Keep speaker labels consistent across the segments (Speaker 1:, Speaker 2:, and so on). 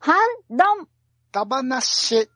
Speaker 1: ハンドン
Speaker 2: ダバナシ。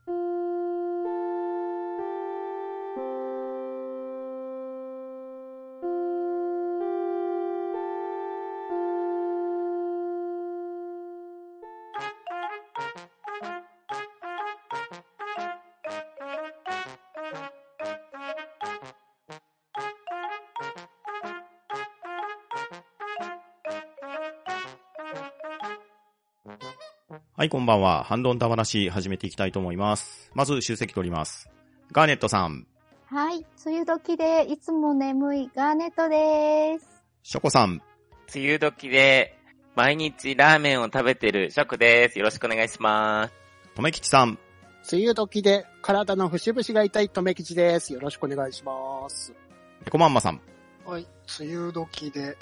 Speaker 3: はい、こんばんは。ハンドンダ話始めていきたいと思います。まず、集積取ります。ガーネットさん、
Speaker 1: はい、梅雨時でいつも眠いガーネットです。
Speaker 3: ショコさん、
Speaker 4: 梅雨時で、毎日ラーメンを食べてるショクです。よろしくお願いします。
Speaker 3: とめきちさん、
Speaker 2: 梅雨時で体の節々が痛いとめきちです。よろしくお願いします。
Speaker 3: ペコマンマさん、
Speaker 5: はい。梅雨時で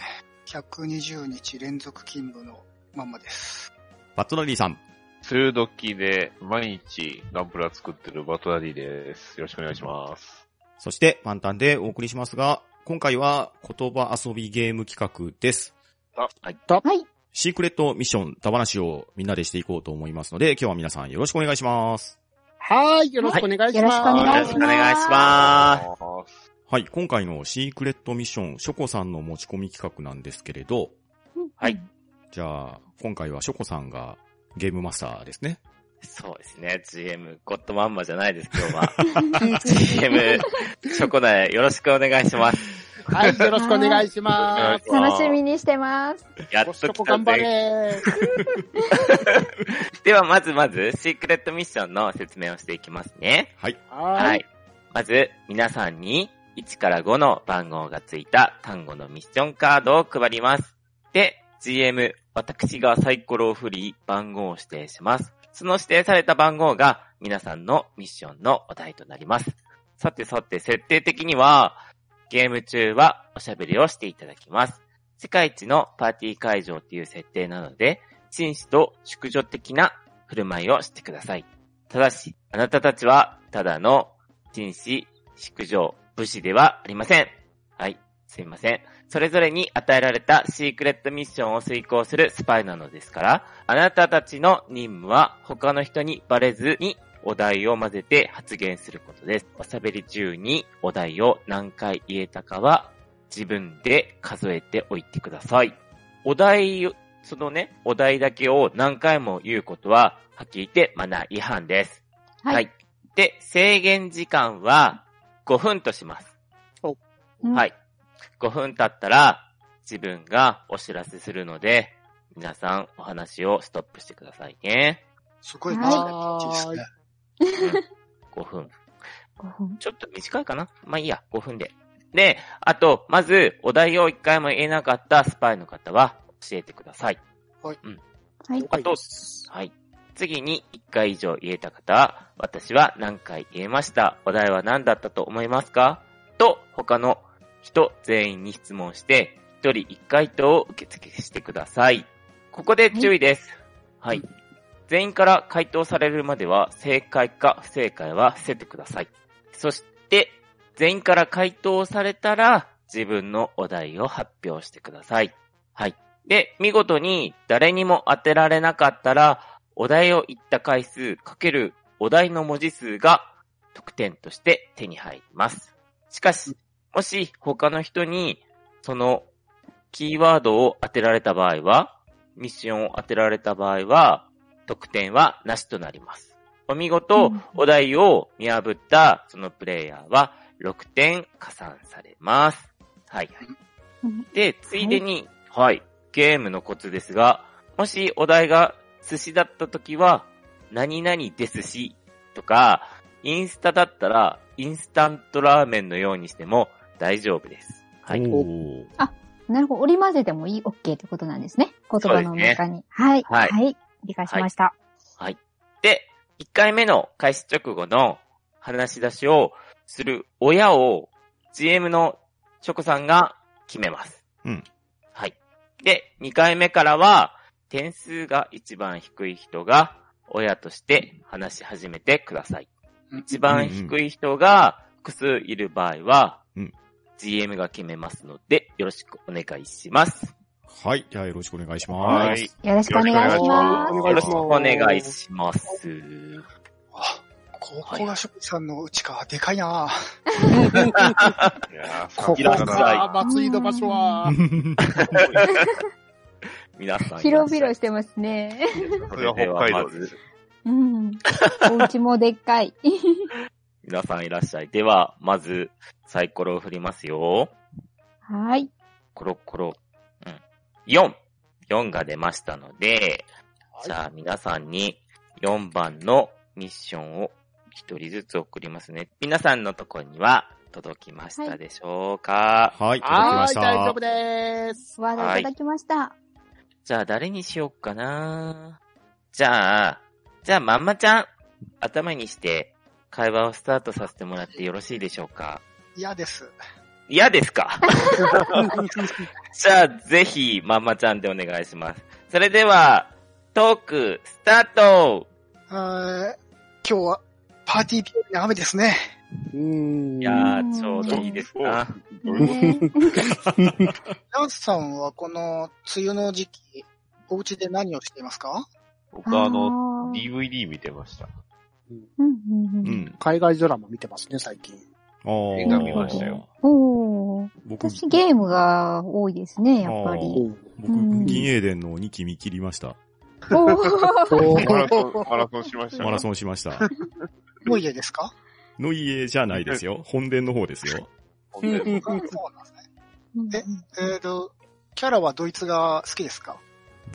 Speaker 5: 120日連続勤務のまんまです。
Speaker 3: バットナリーさん、
Speaker 6: 梅雨時で毎日ガンプラ作ってるバトナリーです。よろしくお願いします。
Speaker 3: そして、パンタンでお送りしますが、今回は言葉遊びゲーム企画です。
Speaker 1: はい、
Speaker 3: シークレットミッション、ダ話をみんなでしていこうと思いますので、今日は皆さんよろしくお願いします。
Speaker 2: はい、よろしくお願いし
Speaker 1: よろ
Speaker 2: ま
Speaker 1: し
Speaker 2: す。
Speaker 1: くお願いします。
Speaker 4: よろしくお願いしま
Speaker 3: はい、今回のシークレットミッション、ショコさんの持ち込み企画なんですけれど、
Speaker 1: うん
Speaker 4: はい。
Speaker 3: じゃあ、今回はショコさんがゲームマスターですね。
Speaker 4: そうですね。GM、ゴッドマンマじゃないです、今日は。GM、ショコナエ、よろしくお願いします。
Speaker 2: はい、よろしくお願いし
Speaker 6: は
Speaker 2: ま
Speaker 6: い
Speaker 2: す。
Speaker 1: 楽しみにしてます。
Speaker 4: やっ
Speaker 2: コ
Speaker 4: と
Speaker 2: スト
Speaker 4: 来
Speaker 2: コ
Speaker 4: た
Speaker 2: 頑張
Speaker 4: ぜ。
Speaker 2: れ。
Speaker 4: では、まずまず、シークレットミッションの説明をしていきますね。
Speaker 3: はい。
Speaker 2: は。
Speaker 4: はいい。まず、皆さんに、1から5の番号がついた単語のミッションカードを配ります。で、GM、私がサイコロを振り、番号を指定します。その指定された番号が、皆さんのミッションのお題となります。さてさて、設定的には、ゲーム中はおしゃべりをしていただきます。世界一のパーティー会場という設定なので、紳士と淑女的な振る舞いをしてください。ただし、あなたたちは、ただの紳士、淑女、武士ではありません。はい、すいません。それぞれに与えられたシークレットミッションを遂行するスパイなのですから、あなたたちの任務は他の人にバレずにお題を混ぜて発言することです。おしゃべり中にお題を何回言えたかは自分で数えておいてください。お題を、そのね、お題だけを何回も言うことは、はっきり言ってマナー違反です。
Speaker 1: はい。
Speaker 4: はいで、制限時間は5分とします。
Speaker 1: うん
Speaker 4: はい。5分経ったら自分がお知らせするので、皆さんお話をストップしてくださいね。
Speaker 5: すごい
Speaker 1: は
Speaker 5: 短
Speaker 1: い
Speaker 5: い感じですね。
Speaker 4: 5分。
Speaker 1: 五分
Speaker 4: ちょっと短いかなまあいいや、5分で。で、あと、まず、お題を1回も言えなかったスパイの方は教えてください。
Speaker 1: はい。
Speaker 4: あと、はい。次に1回以上言えた方は、私は何回言えましたお題は何だったと思いますかと、他の人全員に質問して、1人1回答を受付してください。ここで注意です。はい。全員から回答されるまでは、正解か不正解は伏せてください。そして、全員から回答されたら、自分のお題を発表してください。はい。で、見事に誰にも当てられなかったら、お題を言った回数かけるお題の文字数が得点として手に入ります。しかし、もし他の人にそのキーワードを当てられた場合は、ミッションを当てられた場合は、得点はなしとなります。お見事
Speaker 1: うん、
Speaker 4: お題を見破ったそのプレイヤーは6点加算されます。はいはい。
Speaker 1: うん
Speaker 4: で、ついでに、はい、ゲームのコツですが、もしお題が寿司だった時は、何々ですし、とか、インスタだったら、インスタントラーメンのようにしても大丈夫です。はい。
Speaker 3: おー
Speaker 1: なるほど。折り混ぜてもいい ?OK ってことなんですね。言葉の中に。はい。は。
Speaker 4: はいい
Speaker 1: 理解しました。
Speaker 4: で、1回目の開始直後の話し出しをする親を GM のチョコさんが決めます。
Speaker 3: うん。
Speaker 4: はい。で、2回目からは点数が一番低い人が親として話し始めてください。
Speaker 5: うん
Speaker 4: 一番低い人が複数いる場合は
Speaker 3: うん、
Speaker 4: GM が決めますのでよろしくお願いします。
Speaker 3: はい。じゃあよろしくお願いします。
Speaker 6: はい。
Speaker 1: よろしくお願いします。
Speaker 2: お
Speaker 4: よ
Speaker 2: 願
Speaker 4: ろ
Speaker 2: い
Speaker 4: し
Speaker 2: し
Speaker 4: く
Speaker 2: ます
Speaker 4: お願いします。
Speaker 5: あ、ここが職人さんのうちか。でかいな
Speaker 6: す。いやー
Speaker 2: ここ
Speaker 6: 桜が
Speaker 2: が松井の場 所は、
Speaker 4: 皆さん。
Speaker 1: 広々してますね。
Speaker 6: それは北海道です。
Speaker 1: うん。お家もでっかい。
Speaker 4: 皆さんいらっしゃい。では、まず、サイコロを振りますよ。
Speaker 1: はい。
Speaker 4: コロコロ。うん。4。4が出ましたので、じゃあ皆さんに4番のミッションを1人ずつ送りますね。皆さんのところには届きましたでしょうか、
Speaker 3: はい。届きま
Speaker 2: は
Speaker 3: し
Speaker 2: い、
Speaker 3: た。
Speaker 2: 大丈夫です。
Speaker 1: お話いただきました。
Speaker 4: じゃあ誰にしようかなじゃあ、じゃあまんまちゃん、頭にして会話をスタートさせてもらってよろしいでしょうか
Speaker 5: 嫌 です。
Speaker 4: 嫌ですかじゃあぜひまんまちゃんでお願いします。それでは、トークスタート
Speaker 5: あー今日はパーティー日和の雨ですね。
Speaker 2: うーん
Speaker 4: いやー、ちょうどいいですな。
Speaker 1: ね
Speaker 5: ナンスさんはこの梅雨の時期、お家で何をしていますか
Speaker 6: 僕はあの、
Speaker 1: ー
Speaker 6: DVD 見てました。
Speaker 1: うんうん
Speaker 3: う
Speaker 1: うん。
Speaker 3: ん。
Speaker 2: 海外ドラマ見てますね、最近。
Speaker 3: おー
Speaker 6: 映画見ましたよ。
Speaker 1: おー。
Speaker 3: 僕、
Speaker 1: 私ゲームが多いですね、やっぱり。
Speaker 3: 僕
Speaker 1: うん、
Speaker 3: 銀英伝の2期見切りました。
Speaker 1: おー。
Speaker 6: マラソン、マラソンしました。
Speaker 3: マラ
Speaker 6: ン。
Speaker 3: ソンしました。
Speaker 5: もう家ですか
Speaker 3: の家じゃないですよ。本殿の方ですよ。
Speaker 5: あそうなんですね。
Speaker 1: うん
Speaker 5: ええっ、と、キャラはドイツが好きですか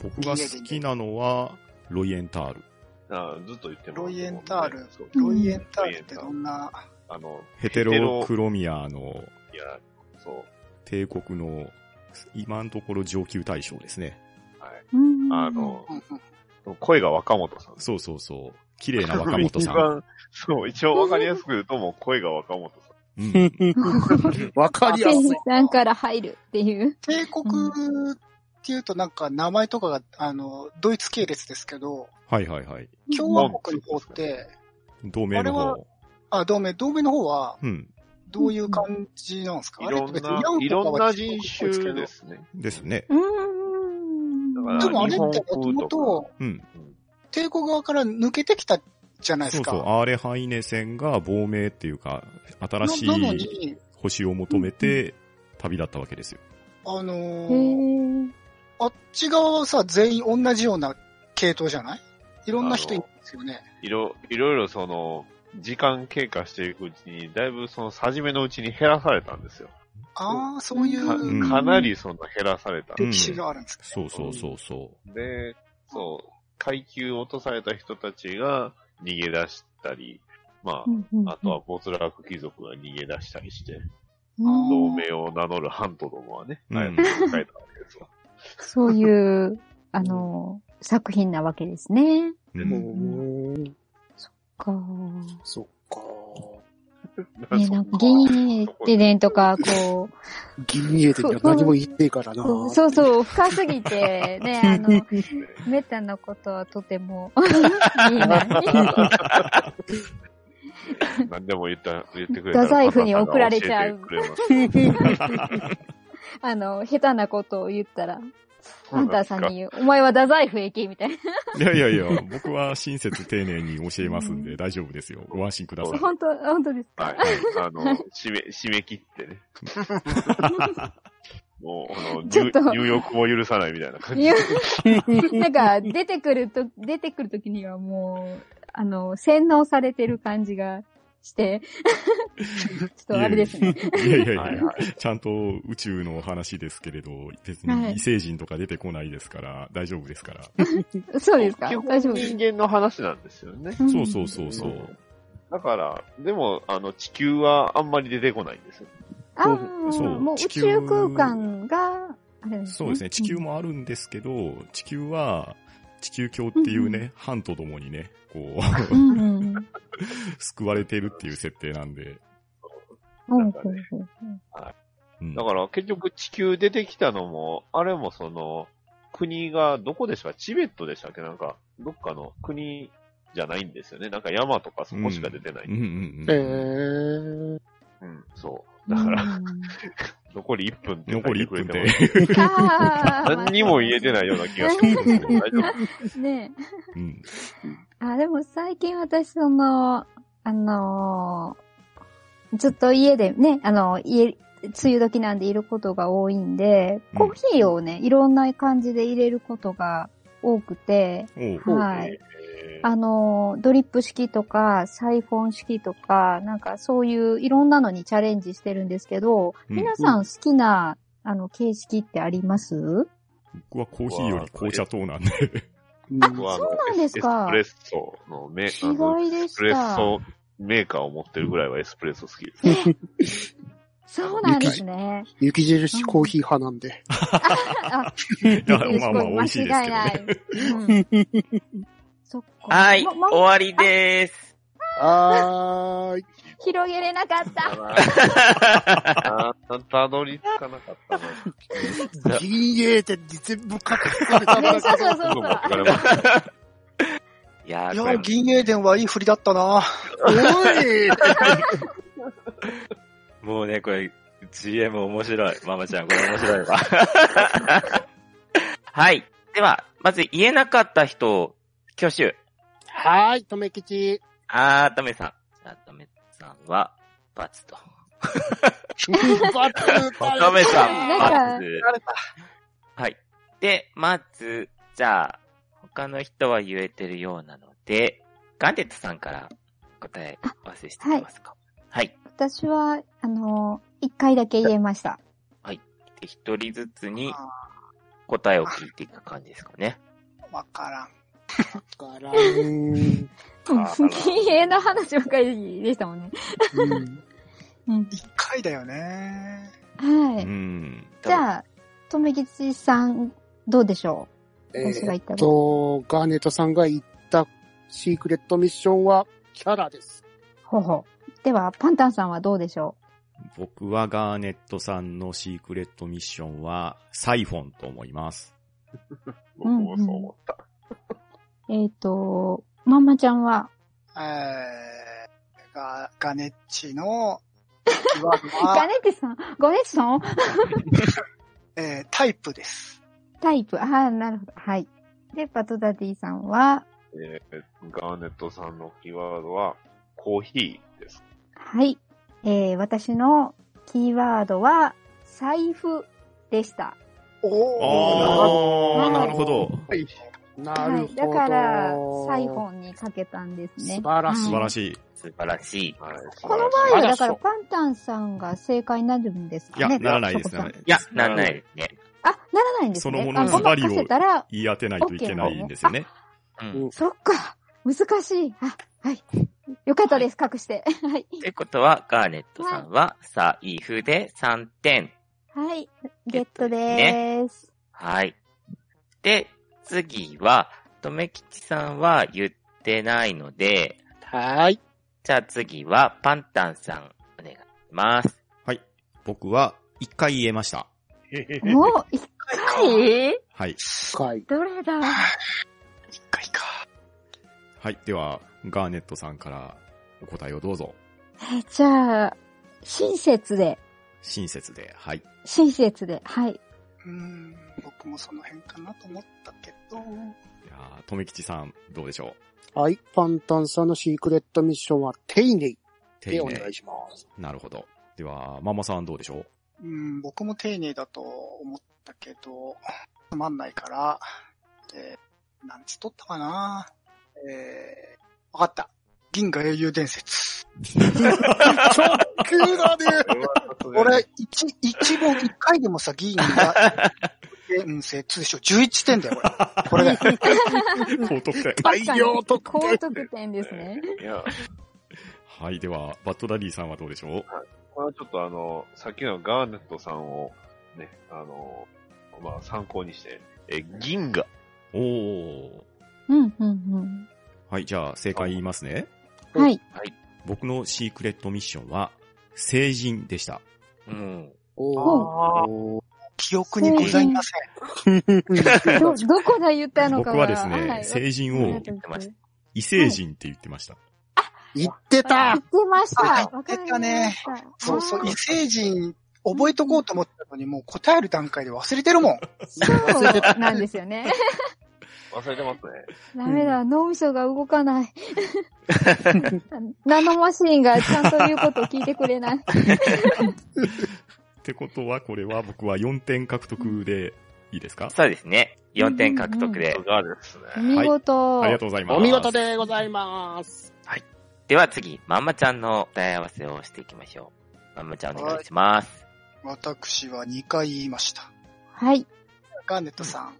Speaker 3: 僕が好きなのは、ロイエンタール。
Speaker 6: あーずっと言ってます。
Speaker 5: ロイエンタール
Speaker 6: そう
Speaker 5: ロイエンタールってどんな、
Speaker 6: あの、
Speaker 3: ヘテロクロミアの
Speaker 6: いや、そう。
Speaker 3: 帝国の、今のところ上級大将ですね。
Speaker 1: うん
Speaker 6: あ、の
Speaker 5: う、んうん、
Speaker 6: 声が若本さん。
Speaker 3: そうそうそう。綺麗な若本さ
Speaker 6: 一
Speaker 3: ん。
Speaker 6: 番そう、一応わかりやすく言うともう声が若本さん。
Speaker 3: うん、
Speaker 2: わかりや
Speaker 1: 天
Speaker 2: すい。
Speaker 1: 使さんから入るっていう。
Speaker 5: 帝国っていうとなんか名前とかが、あの、ドイツ系列ですけど、
Speaker 3: はいはいはい。
Speaker 5: 共和国の方って、
Speaker 3: 同盟の
Speaker 5: あ
Speaker 3: 方。
Speaker 5: あ、同盟、同盟の方は
Speaker 3: うん。
Speaker 5: どういう感じなんですか、
Speaker 6: い
Speaker 5: あれ
Speaker 6: ろ
Speaker 5: って
Speaker 6: ん
Speaker 5: 別に
Speaker 6: な
Speaker 5: イラン、
Speaker 6: い
Speaker 5: とか
Speaker 6: ろん
Speaker 5: は
Speaker 6: な
Speaker 5: 中国
Speaker 6: 人
Speaker 5: っぽいですけ
Speaker 6: 種
Speaker 5: ど
Speaker 6: ですね。
Speaker 3: ですね。
Speaker 1: うん。
Speaker 6: だから
Speaker 5: でもあれっても
Speaker 6: 日
Speaker 5: と
Speaker 6: 本風
Speaker 5: も
Speaker 6: とか
Speaker 5: と
Speaker 3: うん。
Speaker 5: 帝国側から抜けてきたじゃないで
Speaker 3: そ
Speaker 5: す
Speaker 3: う
Speaker 5: か。
Speaker 3: そう。アーレハイネ戦が亡命っていうか、新し
Speaker 5: ななの
Speaker 3: い
Speaker 5: に、
Speaker 3: 星を求めて旅立ったわけですよ。
Speaker 5: あの
Speaker 1: へ
Speaker 5: ー
Speaker 1: ー。
Speaker 5: あっち側はさ、全員同じような系統じゃないいろんな人いるんですよね。
Speaker 6: いろ、いろいろその、時間経過していくうちに、だいぶその、初めのうちに減らされたんですよ。
Speaker 5: ああー、そうい
Speaker 6: か
Speaker 5: う
Speaker 3: うん
Speaker 6: かなりその減らされた。
Speaker 3: うん
Speaker 5: 歴史があるんですか、
Speaker 3: そうそうそうそ
Speaker 6: で、そう、階級を落とされた人たちが逃げ出したり、まあ、あとは没落貴族が逃げ出したりして、
Speaker 1: うん
Speaker 6: 同盟を名乗るハントどもはね、
Speaker 3: うん
Speaker 6: ああやって書いたわけですわ。
Speaker 1: そういう、あの、作品なわけですね。
Speaker 3: う。う、
Speaker 2: うんーん、
Speaker 1: か
Speaker 2: そっか。
Speaker 1: ね、なんか、銀英ってねとか、こ
Speaker 2: 銀家で何も言っていいからな。
Speaker 1: う、そうそう、深すぎて、ね、あ の、メタなことはとても言えない。
Speaker 6: 何でも言った、言ってくれたら。
Speaker 1: 太宰府に送られちゃう
Speaker 6: パパさんが教えて
Speaker 1: あの、下手なことを言ったら、
Speaker 6: くれます
Speaker 1: ハンターさんに言う、お前は太宰府へ行け、みたいな。
Speaker 3: いやいやいや、僕は親切丁寧に教えますんで大丈夫ですよ。ご安心ください。
Speaker 1: 本当、本当ですか
Speaker 6: はい。はい。あの、締め、締め切って ね。もう、あの、
Speaker 1: ちょっと
Speaker 6: 入浴も許さないみたいな感
Speaker 1: い
Speaker 6: じ。
Speaker 1: や、 なんか、出てくると、出てくるときにはもう、あの、洗脳されてる感じが して、ちょっとあれですね。
Speaker 3: いやいやいや、
Speaker 6: はいはい
Speaker 3: ちゃんと宇宙の話ですけれど、別に異星人とか出てこないですから、大丈夫ですから。
Speaker 1: そうですか
Speaker 6: 基本
Speaker 1: 大丈夫です
Speaker 6: 人。間の話なんですよね。
Speaker 1: ん
Speaker 3: そうそうそうそう。
Speaker 6: だから、でも、あの、地球はあんまり出てこないんですよ。
Speaker 1: ああ、
Speaker 3: そう
Speaker 1: もう宇
Speaker 3: 地球
Speaker 1: 宙空間が、あれ
Speaker 3: そうですね、地球。もあるんですけど、地球は、地球教っていうね、藩と共にね、こう、
Speaker 1: うんうん。
Speaker 3: 救われてるっていう設定なんで。
Speaker 1: うん
Speaker 6: なんかね
Speaker 1: うん
Speaker 3: うん
Speaker 6: だから、結局地球出てきたのも、あれもその、国がどこでしたかチベットでしたっけなんか、どっかの国じゃないんですよね。なんか山とかそこしか出てない。
Speaker 3: うんうんうんうん
Speaker 2: えー、
Speaker 6: うん、そう。だから、
Speaker 1: うん
Speaker 6: 残り1分って
Speaker 3: 残り1分っ
Speaker 6: 書い
Speaker 3: て
Speaker 6: くれ。て
Speaker 1: あ
Speaker 6: も
Speaker 1: ー
Speaker 6: 何にも言えてないような気がするんですけど、大丈夫
Speaker 1: ねえ。
Speaker 3: うん。
Speaker 1: あ、でも最近私、その、あのーずっと家でね、あの、家、梅雨時なんでいることが多いんで、
Speaker 3: うん
Speaker 1: コーヒーをね、いろんな感じで入れることが多くて、
Speaker 3: おう
Speaker 2: ほう
Speaker 1: はい。
Speaker 6: えー
Speaker 1: あのードリップ式とか、サイフォン式とか、なんかそういういろんなのにチャレンジしてるんですけど、
Speaker 3: うん
Speaker 1: 皆さん好きな、あの、形式ってあります
Speaker 3: 僕はコーヒーより紅茶糖なんで。
Speaker 2: うん
Speaker 1: あ
Speaker 6: 僕はあ
Speaker 1: そ
Speaker 6: の
Speaker 1: うなんですか
Speaker 6: エスプレッソのメーカーの、エ
Speaker 1: 違いでし
Speaker 6: スプレッ
Speaker 1: た。
Speaker 6: ソメーカーを持ってるぐらいはエスプレッソ好きです。
Speaker 1: そうなんですね。
Speaker 2: 雪印コーヒー派なんで。
Speaker 1: あ、
Speaker 3: いや、 まあまあ美味しいですけど
Speaker 1: 間違
Speaker 3: ね。
Speaker 1: いない。うんそっか。
Speaker 4: はい、
Speaker 1: まま
Speaker 4: 終わりでーす。
Speaker 2: はーい。
Speaker 1: 広げれなかった。
Speaker 6: あーたどり着かなかったな。
Speaker 2: 銀英って全部隠されたん
Speaker 1: ね、
Speaker 2: だ
Speaker 1: そう
Speaker 2: け
Speaker 1: そう
Speaker 2: ど。
Speaker 1: そう
Speaker 6: 僕も
Speaker 1: そ
Speaker 6: 疲
Speaker 1: う。
Speaker 6: れました。
Speaker 4: いや
Speaker 5: い
Speaker 4: ー、
Speaker 5: や
Speaker 4: これ
Speaker 5: ー、銀英伝はいい振りだったな。
Speaker 2: おい
Speaker 4: もうね、これ、GM 面白い。ママちゃん、これ面白いわ。はい。では、まず言えなかった人を、挙手。
Speaker 2: はーい、とめきち。
Speaker 4: あー、ダメさん。あー、ダメさんは、バツと。
Speaker 2: バツだよ
Speaker 4: ダメさん、
Speaker 1: なんか
Speaker 4: バツ。はい。で、まず、じゃあ、他の人は言えてるようなので、ガンデットさんから答え合わせしてみますか。はい。
Speaker 1: 私は、あの、一回だけ言えました。
Speaker 4: で一人ずつに答えを聞いていく感じですかね。
Speaker 5: わからん。
Speaker 2: わからん。
Speaker 6: あら
Speaker 1: 禁煙の話ばっかりでしたもんね。
Speaker 2: うん
Speaker 1: うん
Speaker 5: 一回だよね。
Speaker 1: は
Speaker 3: う
Speaker 1: い。
Speaker 3: ん。
Speaker 1: じゃあ、とめぎちさん、どうでしょう
Speaker 2: え
Speaker 1: 私が
Speaker 2: ー
Speaker 1: 言ったの。
Speaker 2: っと、ガーネットさんが言ったシークレットミッションはキャラです。
Speaker 1: ほうほう。では、パンタンさんはどうでしょ
Speaker 3: 僕はガーネットさんのシークレットミッションは、サイフォンと思います。
Speaker 6: 僕もそう思った。
Speaker 1: うえっ、と、ママちゃんは、
Speaker 5: えー、が、ガネッチの、キーワー ド
Speaker 1: ガ
Speaker 5: は、
Speaker 1: ネッチさん、ガネッチさん
Speaker 5: えー、タイプです。
Speaker 1: タイプ。ああ、なるほど。はい。で、バトダディさんは、
Speaker 6: えーガーネットさんのキーワードは、コーヒーです。
Speaker 1: はい。えー、私のキーワードは、財布でした。
Speaker 2: おー。
Speaker 1: ー
Speaker 3: なるほど。
Speaker 2: はいなる
Speaker 1: はい。
Speaker 2: ほど。
Speaker 1: だから、サイフォンにかけたんですね。
Speaker 2: 素晴らしい
Speaker 3: 素晴らし
Speaker 1: い。
Speaker 3: い。
Speaker 4: 素晴らしい。
Speaker 6: はい、素
Speaker 1: こ
Speaker 6: 晴
Speaker 1: の場合
Speaker 6: らしい
Speaker 1: は、
Speaker 2: あ
Speaker 1: だ
Speaker 2: ら
Speaker 1: から、
Speaker 2: そう
Speaker 1: パンタンさんが正解になるんです
Speaker 3: い
Speaker 1: か
Speaker 3: や、
Speaker 1: ね。
Speaker 3: ならないです
Speaker 1: そこさん
Speaker 3: ね。
Speaker 4: いや、なんないですね。
Speaker 1: あ、ならないんですね。
Speaker 3: そのもの
Speaker 1: あ
Speaker 3: ズバリを
Speaker 1: ごまかせたら、
Speaker 3: 言い当てないといけないんですよね。
Speaker 4: うん
Speaker 1: そっか。難しい。あ、はい。よかったです。隠して。はい。
Speaker 4: ということは、ガーネットさんは、さあ、イフで3点。
Speaker 1: はい。ゲットで
Speaker 4: ゲ
Speaker 1: ーす。
Speaker 4: はい。で、次は、とめきちさんは言ってないので、
Speaker 2: はーい。
Speaker 4: じゃあ次は、パンタンさん、お願いします。
Speaker 3: はい。僕は、一回言えました。
Speaker 1: お一回
Speaker 3: はい。
Speaker 2: はい。
Speaker 1: どれだ
Speaker 5: 一回か。
Speaker 3: はい。では、ガーネットさんからお答えをどうぞ。
Speaker 1: え、じゃあ、親切で。
Speaker 3: 親切で。はい。
Speaker 1: 親切で、はい。
Speaker 5: うーん、僕もその辺かなと思ったけど、
Speaker 3: いやーとめきちさん、どうでしょ
Speaker 2: はい。パンタンさんのシークレットミッションは丁寧
Speaker 3: う
Speaker 2: で
Speaker 3: 丁
Speaker 2: お願
Speaker 3: 寧
Speaker 2: い。します。
Speaker 3: なるほど。では、ママさんどうでしょ
Speaker 5: う
Speaker 3: う
Speaker 5: ん、僕も丁寧だと思ったけど、つまんないから、で、なんつっとったかなえー、わかった。銀河英雄伝説。
Speaker 2: ショックだね
Speaker 5: 俺、一、一問一回でもさ、銀 河英雄伝説、通称11点だよ、これ。これ だよ。
Speaker 3: 高得点。
Speaker 2: 大量得
Speaker 1: 高
Speaker 2: 点
Speaker 1: 得点ですね。
Speaker 6: いや、
Speaker 3: はい。では、バットダディさんはどうでしょう
Speaker 6: これはちょっとあの、さっきのガーネットさんを、ね、あの、まあ、参考にして、え、銀河。
Speaker 3: おー。
Speaker 1: うん、うん、
Speaker 3: はい。じゃあ、正解言いますね。
Speaker 1: うん。はい。
Speaker 3: 僕のシークレットミッションは、成人でした。
Speaker 4: うん。
Speaker 2: おー
Speaker 5: あー
Speaker 2: お
Speaker 5: 記憶にございません。
Speaker 2: ー。
Speaker 1: ど、どこで言ったのか
Speaker 3: 僕はですね、
Speaker 1: はい
Speaker 3: 成人
Speaker 1: わか
Speaker 3: を
Speaker 1: んなかったです
Speaker 4: 言ってまし
Speaker 3: 異星人って言ってました。
Speaker 2: 言って
Speaker 1: 言
Speaker 2: た
Speaker 1: ってました。
Speaker 5: あ
Speaker 1: わ
Speaker 5: 言っ
Speaker 1: か
Speaker 5: て
Speaker 1: り
Speaker 5: たね
Speaker 1: ました。
Speaker 5: そうそう、
Speaker 1: あ
Speaker 5: 異
Speaker 1: ー
Speaker 5: 星人、覚えとこうと思ったのに、もう答える段階で忘れてるもん。
Speaker 1: そうなんですよね。
Speaker 6: 忘れてますね。
Speaker 1: ダメだ、脳みそが動かない。ナノマシンがちゃんと言うことを聞いてくれない。
Speaker 3: ってことは、これは僕は4点獲得でいいですか
Speaker 4: そうですね。4点獲得で。
Speaker 6: がですね。
Speaker 1: 見事。
Speaker 3: ありがとうございます。
Speaker 2: お見事でございます。
Speaker 4: では次、まんまちゃんの答え合わせをしていきましょう。まんまちゃんお願いします。
Speaker 5: 私は2回言いました。
Speaker 1: はい。
Speaker 5: ガーネットさん。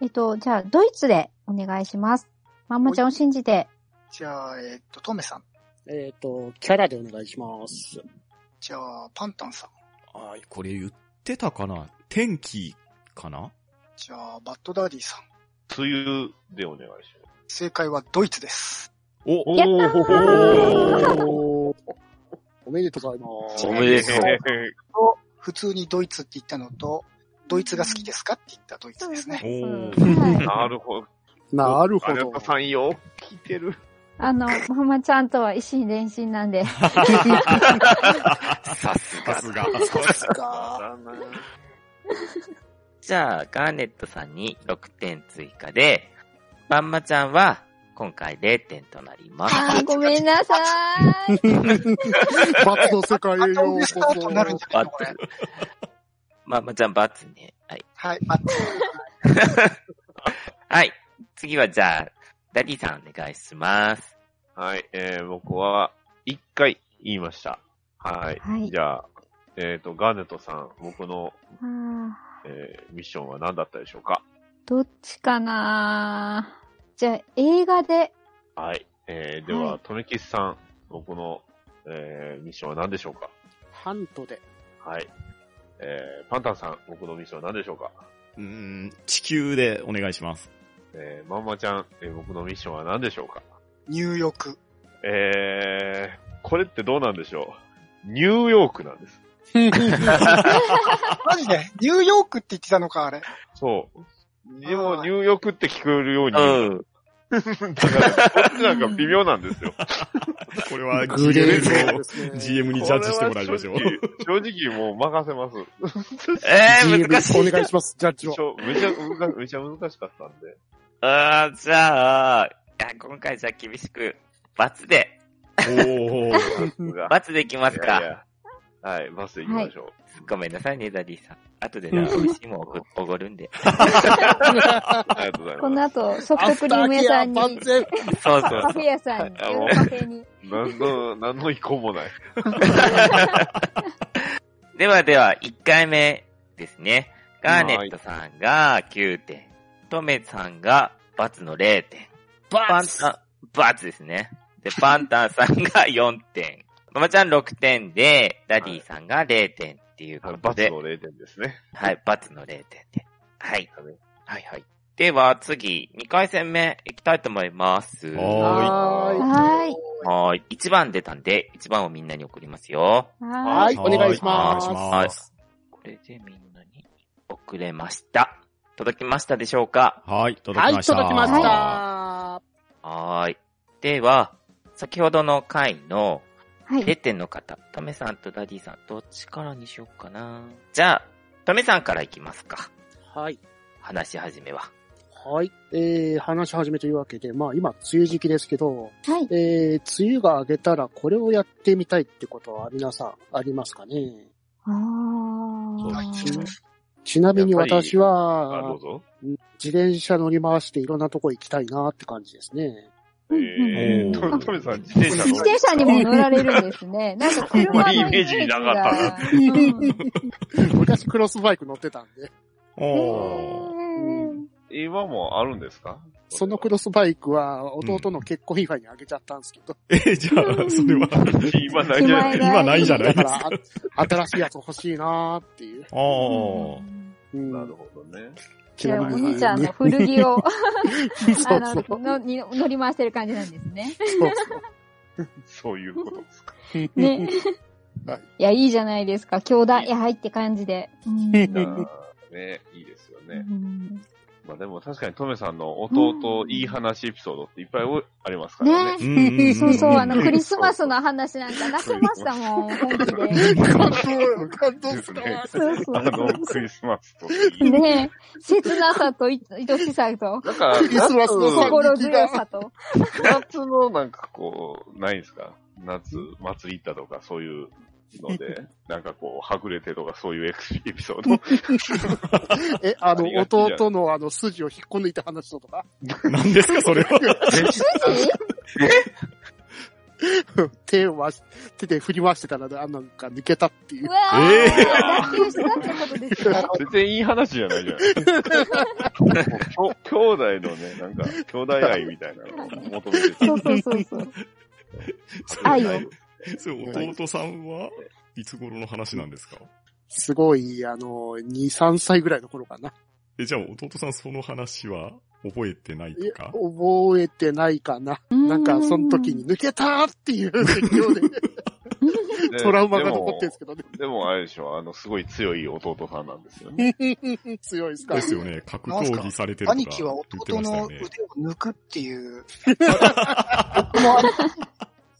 Speaker 1: えっと、じゃあ、ドイツでお願いします。まんまちゃんを信じて。
Speaker 5: じゃあ、えっと、トメさん。
Speaker 2: えっ、と、キャラでお願いします。
Speaker 5: じゃあ、パンタンさん。
Speaker 3: はい、これ言ってたかな天気かな
Speaker 5: じゃあ、バッドダディさん。
Speaker 6: 梅雨でお願いします。
Speaker 5: 正解はドイツです。
Speaker 3: お、
Speaker 1: やったー
Speaker 2: おめでとうございます。
Speaker 4: おめでとう
Speaker 5: 普通にドイツって言ったのと、ドイツが好きですかって言ったドイツですね。
Speaker 1: うん
Speaker 3: お
Speaker 1: はい
Speaker 6: なるほど。
Speaker 2: なるほ
Speaker 6: 金
Speaker 2: ど
Speaker 6: 子。さんよ、聞いてる。
Speaker 1: あの、まんまちゃんとは一心伝心なんで。
Speaker 3: さ
Speaker 4: さすが。
Speaker 3: すが。
Speaker 5: ですか。
Speaker 6: だな
Speaker 4: じゃあ、ガーネットさんに6点追加で、まんまちゃんは今回0点となります。
Speaker 1: あーごめんなさい。
Speaker 2: 罰の世界
Speaker 5: ま
Speaker 2: へ
Speaker 5: た
Speaker 2: よう
Speaker 5: 俺
Speaker 2: こ
Speaker 5: スタート
Speaker 2: そ。
Speaker 5: になるんじゃないのこれ。
Speaker 4: まんまちゃん×ね。はい。
Speaker 5: はい、バッツ。
Speaker 4: はい。次はじゃあ、ダディさんお願いします。
Speaker 6: はい、えー、僕は、1回言いました。はい。
Speaker 1: はい
Speaker 6: じゃあ、えっ、と、ガーネットさん、僕の、
Speaker 1: あー
Speaker 6: えーミッションは何だったでしょうか
Speaker 1: どっちかなじゃあ、映画で。
Speaker 6: はい。えー、で
Speaker 1: は
Speaker 6: は、とめきしさん、僕の、えー、ミッションは何でしょうか
Speaker 2: ハントで。
Speaker 6: はい。えー、パンタンさん、僕のミッションは何でしょうか
Speaker 3: うーん、地球でお願いします。
Speaker 6: えー、まんまちゃん、えー僕のミッションは何でしょうか
Speaker 5: ニューヨーク。
Speaker 6: えー、これってどうなんでしょうニューヨークなんです。
Speaker 5: マジでニューヨークって言ってたのか、あれ。
Speaker 6: そう。で
Speaker 5: あー
Speaker 6: も、ニューヨークって聞こえるように、
Speaker 4: うん。
Speaker 6: だから、こっちなんか微妙なん ですよ。
Speaker 3: これは
Speaker 2: グレ
Speaker 3: GM
Speaker 2: ーゾ
Speaker 3: を
Speaker 2: ーンですね。
Speaker 3: GM にジャッジしてもらいましょう
Speaker 6: こ。れは正直。正直もう任せます。
Speaker 4: えー、難しい。
Speaker 2: GM お願いします、ジャッジを
Speaker 6: ち。ょめちゃ難しめちゃ難しかったんで。
Speaker 4: あーじゃあ、いや今回じゃあ厳しく、×で、
Speaker 3: お ー
Speaker 6: バ
Speaker 4: ×でいきますか。
Speaker 6: はい、バスで行きましょう。
Speaker 4: ごめんなさいね、ダディさん。後 でな、美味しいもんおごおごるんで。
Speaker 6: ありがとうございます。
Speaker 1: この後、ソフ
Speaker 2: ア
Speaker 1: ト
Speaker 2: フ
Speaker 1: ク
Speaker 2: タ
Speaker 1: リーム
Speaker 2: ー
Speaker 1: 屋
Speaker 2: ケ
Speaker 1: さ
Speaker 2: ア
Speaker 1: んに、
Speaker 2: 万全。
Speaker 4: そうそう
Speaker 1: カ
Speaker 4: そ
Speaker 1: フェ
Speaker 4: う。
Speaker 1: 屋さんに、
Speaker 6: あ
Speaker 1: 夜
Speaker 6: もう
Speaker 1: カフェに。
Speaker 6: 何の、何の意向もない。
Speaker 4: ではでは、1回目ですね。ガーネットさんが9点。トメさんが×の0点。パンタン、×ですね。で、パンタンさんが4点。ママちゃん6点で、ダディさんが0点っていうこ
Speaker 6: バ
Speaker 4: と
Speaker 6: ス
Speaker 4: で、
Speaker 6: の0点ですね。
Speaker 4: はい、×の0点で。はい。はいはい。では次、2回戦目いきたいと思います。
Speaker 3: は
Speaker 1: はーい。
Speaker 4: はい。1番出たんで、1番をみんなに送りますよ。
Speaker 1: は
Speaker 2: は
Speaker 1: ー
Speaker 2: い、
Speaker 1: い。
Speaker 2: お願いしま
Speaker 3: お
Speaker 2: す。
Speaker 3: 願いします。
Speaker 4: これでみんなに送れました。届きましたでしょうか
Speaker 3: はい、届
Speaker 2: は
Speaker 3: き
Speaker 2: い、
Speaker 3: ました。
Speaker 2: 届きました。
Speaker 3: は
Speaker 4: はーい。では、先ほどの回の
Speaker 1: はい
Speaker 4: 0。点の方、トメさんとダディさん、どっちからにしようかな。じゃあ、トメさんからいきますか。
Speaker 2: はい。
Speaker 4: 話し始めは。
Speaker 2: はい。えー、話し始めというわけで、まあ今、梅雨時期ですけど、
Speaker 1: はい。
Speaker 2: えー、梅雨が明けたらこれをやってみたいってことは皆さんありますかね
Speaker 1: あ
Speaker 5: そう
Speaker 1: ー。
Speaker 2: ちなみに私
Speaker 6: あ、ど
Speaker 2: は
Speaker 6: う、ぞ。
Speaker 2: 自転車乗り回していろんなとこ行きたいなって感じですね。
Speaker 1: うんうん
Speaker 6: え
Speaker 3: うん
Speaker 6: ー、トメさん、自転車乗る
Speaker 1: 自転車にも乗られるんです ね。なんか車のイメージが。
Speaker 6: あんまり
Speaker 1: うん
Speaker 2: 昔クロスバイク乗ってたんで、
Speaker 3: おー。
Speaker 6: 今もあるんですか
Speaker 2: そのクロスバイクは弟の結婚祝いにあげちゃったんですけど、
Speaker 3: えー、じゃあ、それは、
Speaker 6: 今ないじゃない
Speaker 1: うん
Speaker 3: 今ないじゃな
Speaker 2: だ
Speaker 3: い
Speaker 2: か
Speaker 3: です
Speaker 2: ら
Speaker 3: か。
Speaker 2: あ新しいやつ欲しいなっていう。
Speaker 3: あー。
Speaker 2: うん
Speaker 6: なるほどね。
Speaker 1: じ
Speaker 2: ち
Speaker 1: ゃあ、
Speaker 2: な
Speaker 1: お
Speaker 2: みに
Speaker 1: 兄ちゃんの古着 を、
Speaker 2: そ
Speaker 1: あ
Speaker 2: うそう
Speaker 1: の、のに乗り回してる感じなんですね。
Speaker 2: そうそう
Speaker 6: そういうことですか。
Speaker 1: ね。
Speaker 2: はい
Speaker 1: いや、いいじゃないですか。兄弟、いや、はいって感じで。うん
Speaker 6: なあね、いいですよね。
Speaker 1: うん
Speaker 6: まあでも確かにトメさんの弟いい話エピソードっていっぱいおありますから
Speaker 1: ね
Speaker 6: ね。
Speaker 3: うんうんうん
Speaker 1: そうそう、あの、
Speaker 6: うん
Speaker 1: クリスマスの話なんか泣けましたもん、本気で。
Speaker 6: 感
Speaker 2: 動感動したわ
Speaker 1: そうそう
Speaker 6: あの、クリスマスと。
Speaker 1: ねえ、切なさとい愛しさと、
Speaker 6: なんか、
Speaker 2: クリスマスの
Speaker 6: 夏
Speaker 2: 最後
Speaker 1: 心強さと。
Speaker 6: 夏のなんかこう、ないですか夏祭り行ったとかそういうので、なんかこう、はぐれてとかそういうエピエピソード。
Speaker 2: え、あ
Speaker 6: あり
Speaker 2: の、
Speaker 6: がちだ
Speaker 2: 弟のあの、筋を引っこ抜いた話とか、
Speaker 3: 何ですか、それ は。
Speaker 1: 筋
Speaker 2: 手をわし、手で振り回してたら、あなんか抜けたっていうう。
Speaker 1: わー、
Speaker 3: ええ
Speaker 1: 脱臼したってことですね。
Speaker 6: 全然いい話じゃないじ ゃないですか。もうきょ兄弟のね、なんか、兄弟愛みたいなのを求めてた。
Speaker 1: そうそうそうそう。愛を。
Speaker 3: そう、弟さんはいつ頃の話なんですか
Speaker 2: すごい、あの、2、3歳ぐらいの頃かな。
Speaker 3: え、じゃあ弟さんその話は覚えてない
Speaker 2: い
Speaker 3: と
Speaker 2: や
Speaker 3: か
Speaker 2: 覚えてないかな。なんか、その時に抜けたーっ ていう説教で、
Speaker 6: で
Speaker 2: トラウマが残ってるんですけどね。
Speaker 6: でも、でもあれでしょ、あの、すごい強い弟さんなんですよね。
Speaker 2: 強いですか
Speaker 3: ですよね、格闘技されてるとか
Speaker 5: 兄貴
Speaker 3: 言
Speaker 5: は
Speaker 3: って
Speaker 5: 弟
Speaker 3: ました
Speaker 5: の
Speaker 3: よ
Speaker 5: 腕
Speaker 3: ね
Speaker 5: を。抜くっていう。僕もあの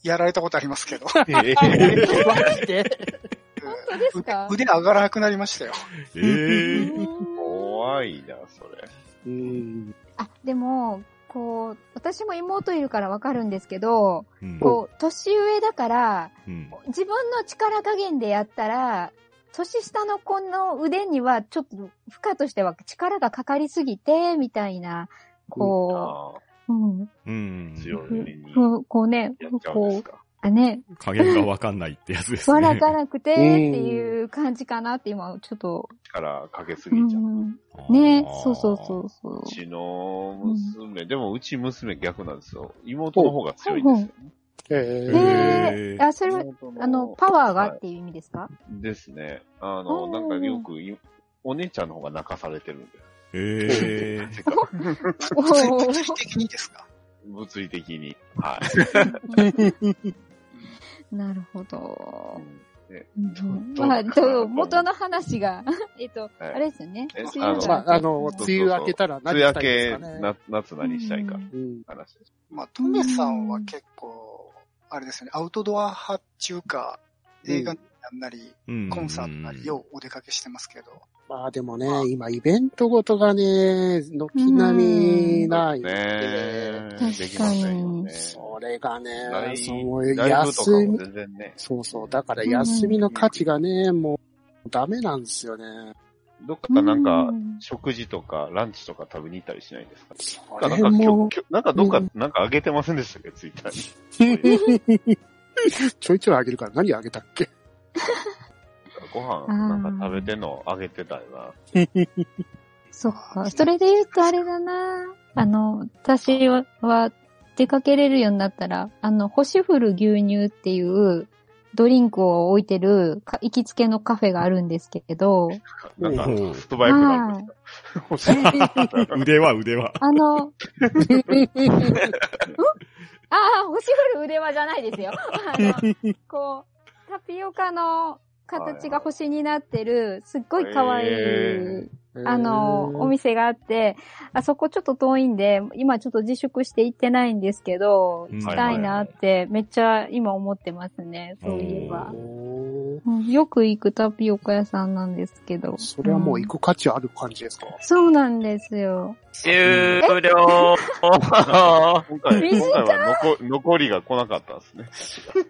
Speaker 5: やられたことありますけど。
Speaker 6: ええ
Speaker 2: マジで
Speaker 1: 本当です か
Speaker 5: 腕上がらなくなりましたよ。
Speaker 3: え
Speaker 1: う
Speaker 3: ー、
Speaker 1: ん
Speaker 6: 怖いな、それ。
Speaker 2: うん。
Speaker 1: あ、でも、こう、私も妹いるからわかるんですけど、
Speaker 3: うん
Speaker 1: こう、年上だから、
Speaker 3: うん
Speaker 1: 自分の力加減でやったら、年下の子の腕にはちょっと負荷としては力がかかりすぎて、みたいな、こ
Speaker 6: あ
Speaker 1: う、うん、
Speaker 3: うん
Speaker 6: あ、。強いに
Speaker 1: ふこうね
Speaker 6: やっ、ちゃうんで
Speaker 1: こ
Speaker 6: す
Speaker 1: う、
Speaker 6: か。
Speaker 1: あね、
Speaker 3: 加減がわかんないってやつですね。
Speaker 1: 笑かなくてっていう感じかなって今、ちょっと、
Speaker 6: 力かけす
Speaker 1: う
Speaker 6: ぎちゃう。
Speaker 1: ん、ね
Speaker 3: あ、ー
Speaker 1: そうそうそうそう
Speaker 6: う。ちの娘、でもうち娘逆なんですよ。妹の方が強いんですよ、ね。
Speaker 2: え
Speaker 3: へ
Speaker 2: ー、
Speaker 1: で
Speaker 3: ー、
Speaker 1: あ、それは、
Speaker 6: 妹
Speaker 1: あの、パワーがっていう意味ですか
Speaker 6: ですね。あの、
Speaker 1: おー
Speaker 6: なんかよくい、お姉ちゃんの方が泣かされてるんで
Speaker 3: えー
Speaker 6: す。てか
Speaker 1: お
Speaker 5: 物
Speaker 1: ー
Speaker 5: 理的にですか
Speaker 6: 物理的に。は
Speaker 1: なるほど。
Speaker 6: い。ね
Speaker 1: うん
Speaker 6: どう
Speaker 1: まあ、
Speaker 6: どうかな
Speaker 1: と元の話が、 えっと、
Speaker 6: はい
Speaker 1: あれですよね。
Speaker 6: え
Speaker 1: 梅雨
Speaker 6: あの
Speaker 1: が
Speaker 2: まあ、あの、
Speaker 6: そうそう
Speaker 2: 梅雨明けたら何
Speaker 6: 梅雨
Speaker 2: し
Speaker 6: 明
Speaker 2: たいです
Speaker 6: け
Speaker 2: かね。、
Speaker 6: な夏何したいか、
Speaker 2: うん。
Speaker 6: 話です。
Speaker 5: まあ、トメさんは結構、あれですよね、アウトドア派中か、映画なんなり、
Speaker 3: うん
Speaker 5: コンサートなり、
Speaker 3: よ。
Speaker 5: ようお出かけしてますけど、
Speaker 2: まあでもね、今イベントごとがね、軒並みない。
Speaker 6: ね
Speaker 1: 確かに
Speaker 6: できませんよね。
Speaker 2: それが
Speaker 6: ラ
Speaker 2: ね、
Speaker 6: イ
Speaker 2: そう
Speaker 6: ブライブとか
Speaker 2: 休
Speaker 6: も
Speaker 2: み、
Speaker 6: 全然ね、
Speaker 2: そうそう、だから休みの価値がね、もうダメなんですよね。
Speaker 6: どっかなん
Speaker 1: う
Speaker 6: か、
Speaker 1: ん
Speaker 6: 食事とかランチとか食べに行ったりしないんですか
Speaker 2: そ
Speaker 6: なんか
Speaker 2: れも、
Speaker 6: きょきょなんかどっか
Speaker 2: うん、
Speaker 6: なんかあげてませんでしたっけ、ツイッターに。
Speaker 2: ちょいちょいあげるから何あげたっけ
Speaker 6: ご飯
Speaker 1: あー
Speaker 6: なんか食べてんのあげてたよな。
Speaker 1: そっか。それで言うとあれだな。あの、私は、出かけれるようになったら、あの、星降る牛乳っていうドリンクを置いてるか行きつけのカフェがあるんですけ ど、
Speaker 6: なんか
Speaker 3: おー、
Speaker 6: ストバイクなんですか。
Speaker 3: 腕は腕は。
Speaker 1: あの、ああ、星降る腕輪じゃないですよ。あのこう、タピオカの形が星になってる、すっごい可愛い、
Speaker 6: へ
Speaker 1: あの、お店があって、あそこちょっと遠いんで、今ちょっと自粛して行ってないんですけど、
Speaker 3: うん
Speaker 1: 行きたいなって、めっちゃ今思ってますね、そういえば。
Speaker 2: おー
Speaker 1: うんよく行くタピオカ屋さんなんですけど。
Speaker 2: それはもう行
Speaker 1: く。
Speaker 2: く価値ある感じですか
Speaker 1: そうなんですよ。
Speaker 4: 終 了
Speaker 6: 今回、
Speaker 1: 短い
Speaker 6: 今回は残残りが来なかったんです ね。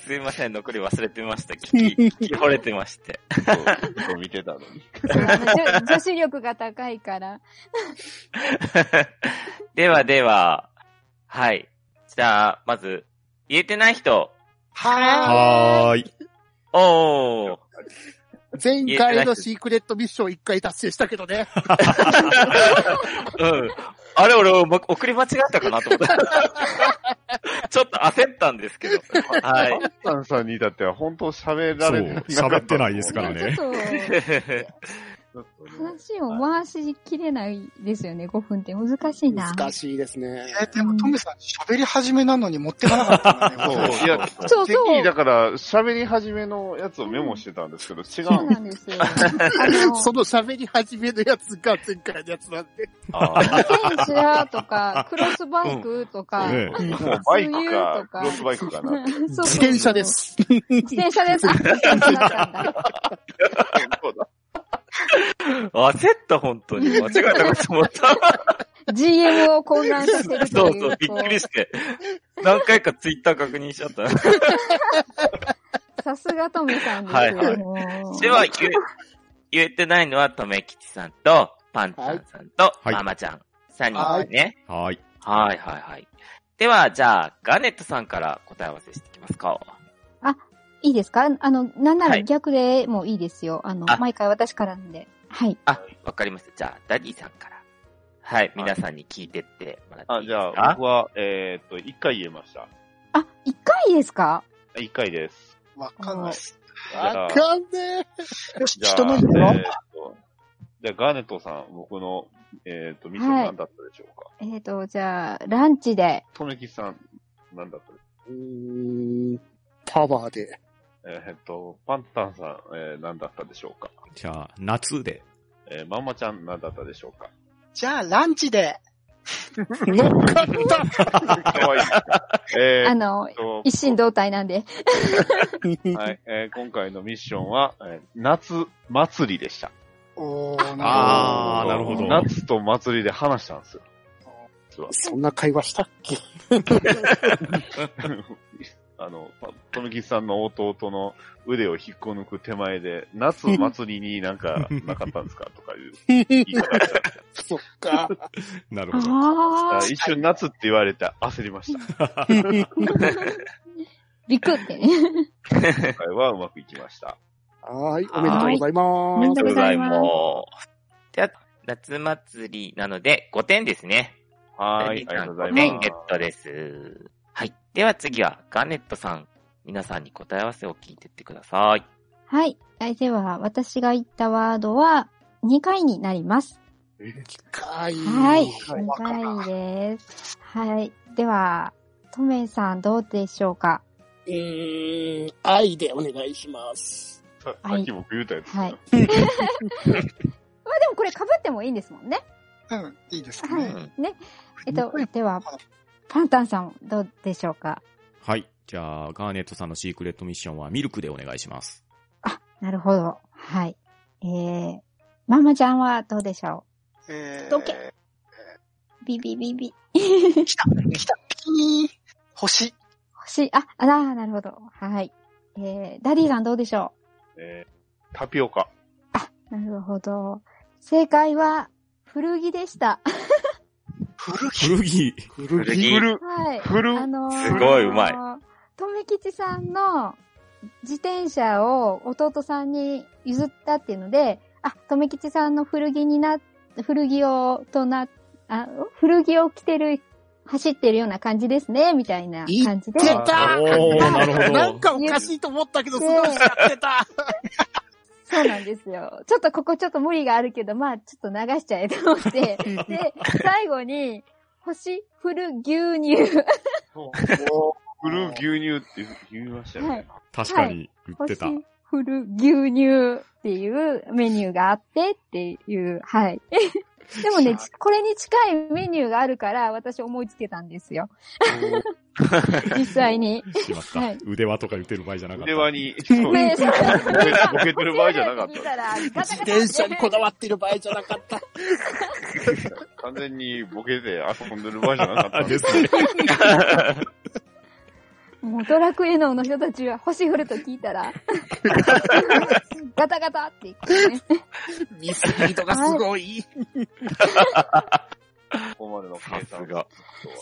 Speaker 4: すいません、残り忘れてました。聞 き、聞き惚れてまして。
Speaker 6: そうずっと見てたのに。
Speaker 1: あの女 女子力が高いから。
Speaker 4: ではでは、はい。じゃあ、まず、言えてない人。
Speaker 5: は
Speaker 3: はーい。
Speaker 4: おー。
Speaker 2: 前回のシークレットミッション一回達成したけどね。
Speaker 4: うん。あれ、俺、ま送り間違えたかなと思った。 ちょっと焦ったんですけど。はい。
Speaker 6: パンさんに至っては本当喋
Speaker 3: そ
Speaker 6: ら
Speaker 3: う
Speaker 6: れて、
Speaker 3: 喋ってないですから
Speaker 1: ちょっと、
Speaker 3: ね。
Speaker 6: ちょっとね
Speaker 1: 話を回しきれないですよね、5分って。難しいな。
Speaker 2: 難しいですね。
Speaker 5: えーでもトムさん喋り始めなのに持ってかなかったんだ
Speaker 6: そう
Speaker 5: ね。
Speaker 6: いや、
Speaker 1: そう
Speaker 6: てっ
Speaker 1: そ
Speaker 6: き
Speaker 1: う
Speaker 6: りだから、喋り始めのやつをメモしてたんですけど、違
Speaker 1: そう
Speaker 6: う。
Speaker 1: なんですよ。あの、
Speaker 2: その喋り始めのやつが前回のやつなんで。
Speaker 6: あー
Speaker 1: 戦車とか、クロスバイクとか、
Speaker 3: ねえ
Speaker 6: もうバイ
Speaker 1: そうい
Speaker 6: ク
Speaker 1: うと
Speaker 6: か、
Speaker 1: か
Speaker 6: クロスバイクか な。
Speaker 1: そう
Speaker 2: 自転車で。す。
Speaker 1: 自転車です。あ自転車だったんだ。
Speaker 6: そうだ
Speaker 4: 焦った、本当に。間違えたかと思った。
Speaker 1: GM を混乱させる
Speaker 4: そ
Speaker 1: と
Speaker 4: う
Speaker 1: い。
Speaker 4: そうう、びっくり
Speaker 1: こ
Speaker 4: して。何回かツイッター確認しちゃった。
Speaker 1: うさすがトムさんですよ。
Speaker 4: はいはい
Speaker 1: もう
Speaker 4: では、言え、言えてないのは、とめきちさんと、パンタンさんと、
Speaker 3: はい
Speaker 4: ママちゃん。3人ですね。
Speaker 3: はい。
Speaker 4: はいはいはい。では、じゃあ、ガネットさんから答え合わせしていきますか。
Speaker 1: いいですかあの、なんな
Speaker 4: は
Speaker 1: ら
Speaker 4: い
Speaker 1: 逆でもいいですよ。あの
Speaker 4: あ、
Speaker 1: 毎回私からなんで。はい。
Speaker 4: あ、わかりました。じゃあ、ダディさんから。はい、皆さんに聞いてってもらっ
Speaker 6: あ、
Speaker 4: ていい
Speaker 6: じ
Speaker 4: です
Speaker 6: ゃあ、
Speaker 4: か
Speaker 6: 僕は、えーっと、1回言えました。
Speaker 1: あ、一回ですか
Speaker 6: 1回です。
Speaker 5: わかんないっす。
Speaker 6: じゃ
Speaker 2: わ
Speaker 6: あ
Speaker 2: かんね
Speaker 5: よし、
Speaker 6: じゃあ、
Speaker 5: 人の
Speaker 6: え
Speaker 5: 言う
Speaker 6: ー
Speaker 5: の
Speaker 6: っと、じゃあ、ガーネットさん、僕の、えーっと、ミッション何だったでしょうか。
Speaker 1: えっと、じゃあ、ランチで。
Speaker 6: とめきさん、何だったでしょう
Speaker 2: え。うーん、パワーで。
Speaker 6: か。えーっと、パンタンさん、えー、何だったでしょうか。
Speaker 3: じゃあ、夏で。
Speaker 6: えー、ママちゃん、何だったでしょうか。
Speaker 5: じゃあ、ランチで。
Speaker 2: 乗っか った
Speaker 6: かわいい。え
Speaker 1: あ
Speaker 6: ーっ
Speaker 1: の、
Speaker 6: と、
Speaker 1: 一心同体なんで。
Speaker 6: はい、えー今回のミッションは、えー夏祭りでした。
Speaker 5: おー、な
Speaker 3: あー、なるほど。
Speaker 6: 夏と祭りで話したんですよ。 実は
Speaker 2: そんな会話したっけ
Speaker 6: あの、とめきさんの弟の腕を引っこ抜く手前で、夏祭りにな んかなかったんですかとかいう言い方 した。
Speaker 2: そっか。
Speaker 3: なるほど。
Speaker 1: あ
Speaker 6: あ
Speaker 1: ー、
Speaker 6: 一瞬夏って言われて焦りました。
Speaker 1: びっくってね。
Speaker 6: 今回はうまくいきました。
Speaker 2: はーい、おめでとうござい
Speaker 1: おめ
Speaker 2: ま
Speaker 1: でとうございます
Speaker 4: す。では、夏祭りなので、5点ですね。
Speaker 6: は
Speaker 4: ダ
Speaker 6: い、あ
Speaker 4: デ
Speaker 6: り
Speaker 4: ィ
Speaker 6: が
Speaker 4: さ
Speaker 6: と
Speaker 4: ん
Speaker 6: うござい
Speaker 4: 5
Speaker 6: ます。
Speaker 4: 点ゲットです。はい。では次は、ガネットさん。皆さんに答え合わせを聞いてってください。
Speaker 1: はい。はいでは、私が言ったワードは、2回になります。
Speaker 2: す。かい。
Speaker 1: はい。
Speaker 5: はいわかる
Speaker 1: 2回です。はい。では、トメさんどうでしょうか
Speaker 2: うーん、愛でお願いします。
Speaker 6: ささっき僕言うたやつ。
Speaker 1: はい。まあでもこれ被ってもいいんですもんね。
Speaker 5: うん、いいです
Speaker 1: は
Speaker 5: ね。
Speaker 1: い。ね。えっと
Speaker 5: うん、
Speaker 1: では、パンタンさんどうでしょうか
Speaker 3: はい。じゃあ、ガーネットさんのシークレットミッションはミルクでお願いします。
Speaker 1: なるほど。はい。えー、ママちゃんはどうでしょ
Speaker 5: え
Speaker 1: どけ
Speaker 5: ー、
Speaker 1: うビビビビ。
Speaker 5: 来た、来た、ピーン星。
Speaker 1: 星、あ、あー、なるほど。はい。えー、ダディさんどうでしょ
Speaker 6: えータピオカ。
Speaker 1: うなるほど。正解は、古着でした。
Speaker 5: 古着。
Speaker 3: 古着。
Speaker 2: 古
Speaker 4: 古
Speaker 2: 着
Speaker 4: 着
Speaker 6: る。
Speaker 1: はい。
Speaker 6: 振る
Speaker 1: あのー
Speaker 4: すごいうまい。
Speaker 1: とめきちさんの自転車を弟さんに譲ったっていうので、あ、とめきちさんの古着にな、古着を、とな、あ、古着を着てる、走ってるような感じですね、みたいな感じで。
Speaker 2: 出た
Speaker 3: おー、なるほ
Speaker 2: なん
Speaker 3: ど。
Speaker 2: かおかしいと思ったけど、すごいしちゃってた。
Speaker 1: そうなんですよ。ちょっとここちょっと無理があるけど、まあちょっと流しちゃえと思 って。で、最後に、星降る牛乳。
Speaker 6: フル牛乳って言いましたよね。
Speaker 1: はい
Speaker 3: 確かに言って
Speaker 1: 星
Speaker 3: た。
Speaker 1: 降る牛乳っていうメニューがあってっていう、はい。でもね、ちこれに近いメニューがあるから、私思いつけたんですよ。実際に。
Speaker 3: しまっ
Speaker 1: は
Speaker 3: た
Speaker 1: い。
Speaker 3: 腕輪とか言ってる場合じゃなかった。
Speaker 6: 腕輪に、
Speaker 1: ねえそう
Speaker 6: ボケてる場合じゃなかった。
Speaker 2: 自転車にこだわってる場合じゃなかった。
Speaker 6: 完全にボケて遊んでる場合じゃなかった。
Speaker 3: あですね。
Speaker 1: もうドラクエ脳の人たちは星降ると聞いたら、ガタガタって言ってね。
Speaker 2: ミスリードがすごい。
Speaker 6: ここまでの計算が。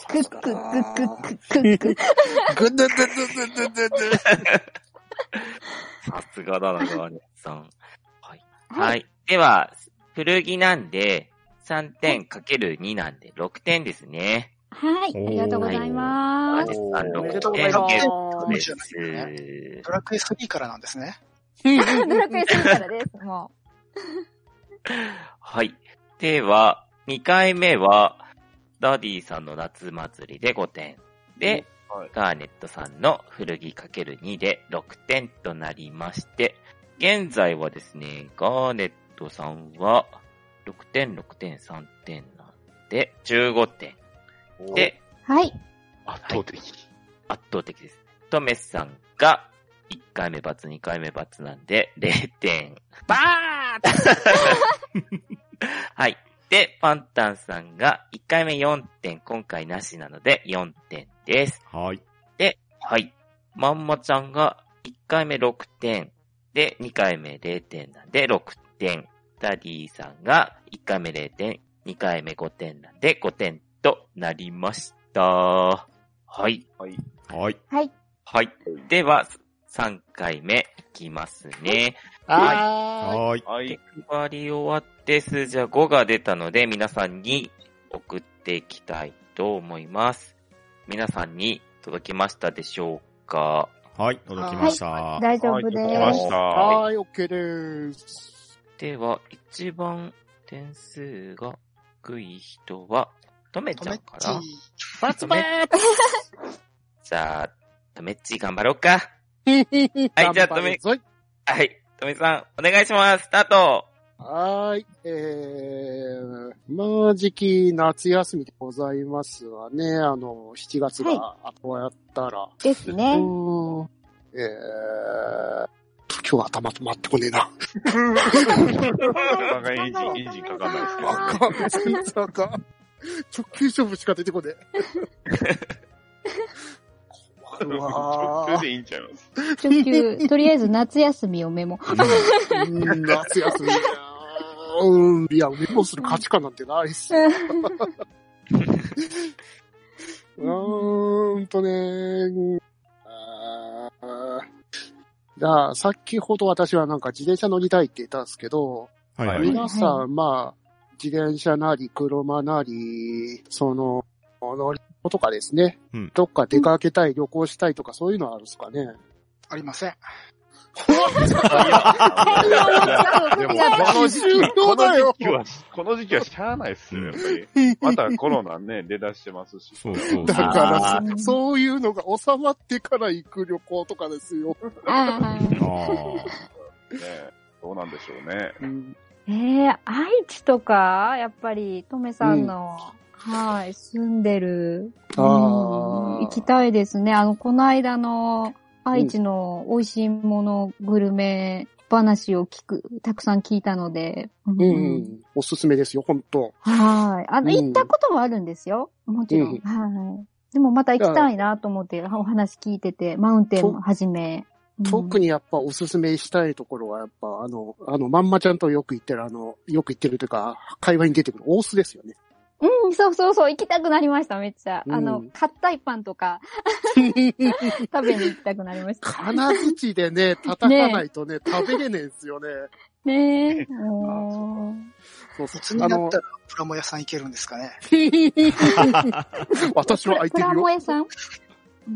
Speaker 1: クッククククククク。
Speaker 2: ぐんぐんぐんぐんぐんぐんぐん。
Speaker 4: さすがだな、ガネットさん。はい。はい。では、古着なんで、3点かける2なんで6点ですね。
Speaker 1: はい、ありがとうございま
Speaker 4: ガ
Speaker 1: す
Speaker 4: ネ。ットさん
Speaker 2: おめで
Speaker 4: 6
Speaker 2: とうござ
Speaker 4: 点
Speaker 2: いま
Speaker 4: ゲ
Speaker 2: す
Speaker 4: ットで
Speaker 5: 面白いね
Speaker 4: す
Speaker 5: ド。ラクエ3からなんですね。
Speaker 1: ドラクエするからです、も
Speaker 4: はい。では、2回目は、ダディさんの夏祭りで5点。で、
Speaker 6: はい
Speaker 4: ガーネットさんの古着 ×2 で6点となりまして、現在はですね、ガーネットさんは6点、6点、3点なんで、15点。で、
Speaker 1: はい。
Speaker 6: 圧倒的。
Speaker 4: 圧倒的です。トメスさんが1回目罰、2回目罰なんで0点。バーン はい。で、パンタンさんが1回目4点、今回なしなので4点です。
Speaker 3: はい。
Speaker 4: はい。まんまちゃんが1回目6点。で、2回目0点なんで6点。ダディさんが1回目0点、2回目5点なんで5点となりました。はい。
Speaker 3: はい。
Speaker 1: はい。
Speaker 4: はい。では、3回目いきますね。
Speaker 2: あ
Speaker 3: はい。
Speaker 6: はい
Speaker 4: で。配り終わって数字は5が出たので、皆さんに送っていきたいと思います。皆さんに届きましたでしょうか
Speaker 3: はい。届きました。はい。
Speaker 1: 大丈夫で
Speaker 6: はい
Speaker 4: 来ま
Speaker 1: す
Speaker 4: し。
Speaker 6: た
Speaker 2: ー。はーい、OK です。
Speaker 4: では、一番点数が低い人は、とめち
Speaker 5: 止
Speaker 4: ゃ
Speaker 5: め
Speaker 4: ん
Speaker 5: っ
Speaker 4: か
Speaker 5: ち
Speaker 4: な。
Speaker 2: バツバーツ
Speaker 4: じゃあ、とめっち頑張ろうか。
Speaker 2: はい
Speaker 4: じゃあ止め
Speaker 2: はい。
Speaker 4: はい。とめさん、お願いします。スタート
Speaker 2: はーい。えー、もうじき夏休みでございますわね。あの、7月が、あとはやったら。
Speaker 1: です
Speaker 2: う
Speaker 1: ね。
Speaker 2: ーん。えー、今日頭止まってこねえな。
Speaker 6: なかなかエンジン、エンジンかかんないですけどね。
Speaker 2: あかん、全然あかん。直球勝負しか出てこねえ。困るわ
Speaker 6: 直球でいいんちゃいます。
Speaker 1: 直球、とりあえず夏休みをメ モ。
Speaker 2: うん、夏休み。うん、いや、メモする価値観なんてないっす。 うーんとねあーじゃあ、先ほど私はなんか自転車乗りたいって言ったんですけど、
Speaker 3: はい。はい。
Speaker 2: 皆さん、まあ、自転車なり、車なり、その、乗り物とかですね、
Speaker 3: うん
Speaker 2: どっか出かけたい、旅行したいとかそういうのはあるんですかね。
Speaker 5: ありません。
Speaker 6: でも、
Speaker 2: この終了だよ
Speaker 6: 時期は、この時期はしゃあないっすよ、やっぱり。またコロナね、出だしてますし。
Speaker 3: そうそうそう。
Speaker 2: だか
Speaker 1: あ
Speaker 2: ら、
Speaker 1: ー
Speaker 2: そういうのが収まってから行く旅行とかですよ。
Speaker 1: ああ。
Speaker 3: あ
Speaker 6: ねどうなんでしょうね。
Speaker 1: ええ愛知とか、やっぱり、とめさんの、はい、住んでる、
Speaker 2: あー
Speaker 1: うん行きたいですね。あの、この間の、愛知の美味しいもの、グルメ、話を聞く、たくさん聞いたので、う
Speaker 2: うん、うん、おすすめですよ、本当
Speaker 1: はい。あの、
Speaker 2: うん
Speaker 1: 行ったこともあるんですよ。もちろん。
Speaker 2: うん
Speaker 1: はい。でもまた行きたいなと思って、お話聞いてて、マウンテンもはじめ。
Speaker 2: 特
Speaker 1: に。
Speaker 2: にやっぱおすすめしたいところは、やっぱあの、あの、まんまちゃんとよく言ってる、あの、よく言ってるというか、会話に出てくる大須ですよね。
Speaker 1: うん、そうそうそう、行きたくなりました、めっちゃ。
Speaker 2: うん
Speaker 1: あの、硬いパンとか、食べに行きたくなりま した。
Speaker 2: 金槌 でね、叩かないとね、食べれねえんですよね。
Speaker 1: ねえ。もう
Speaker 2: そうそう
Speaker 5: 普通になったら、プラモ屋さん行けるんですかね。
Speaker 2: あの 私は空い
Speaker 1: プ
Speaker 2: て
Speaker 1: ラ
Speaker 2: るよ
Speaker 1: モ。屋さん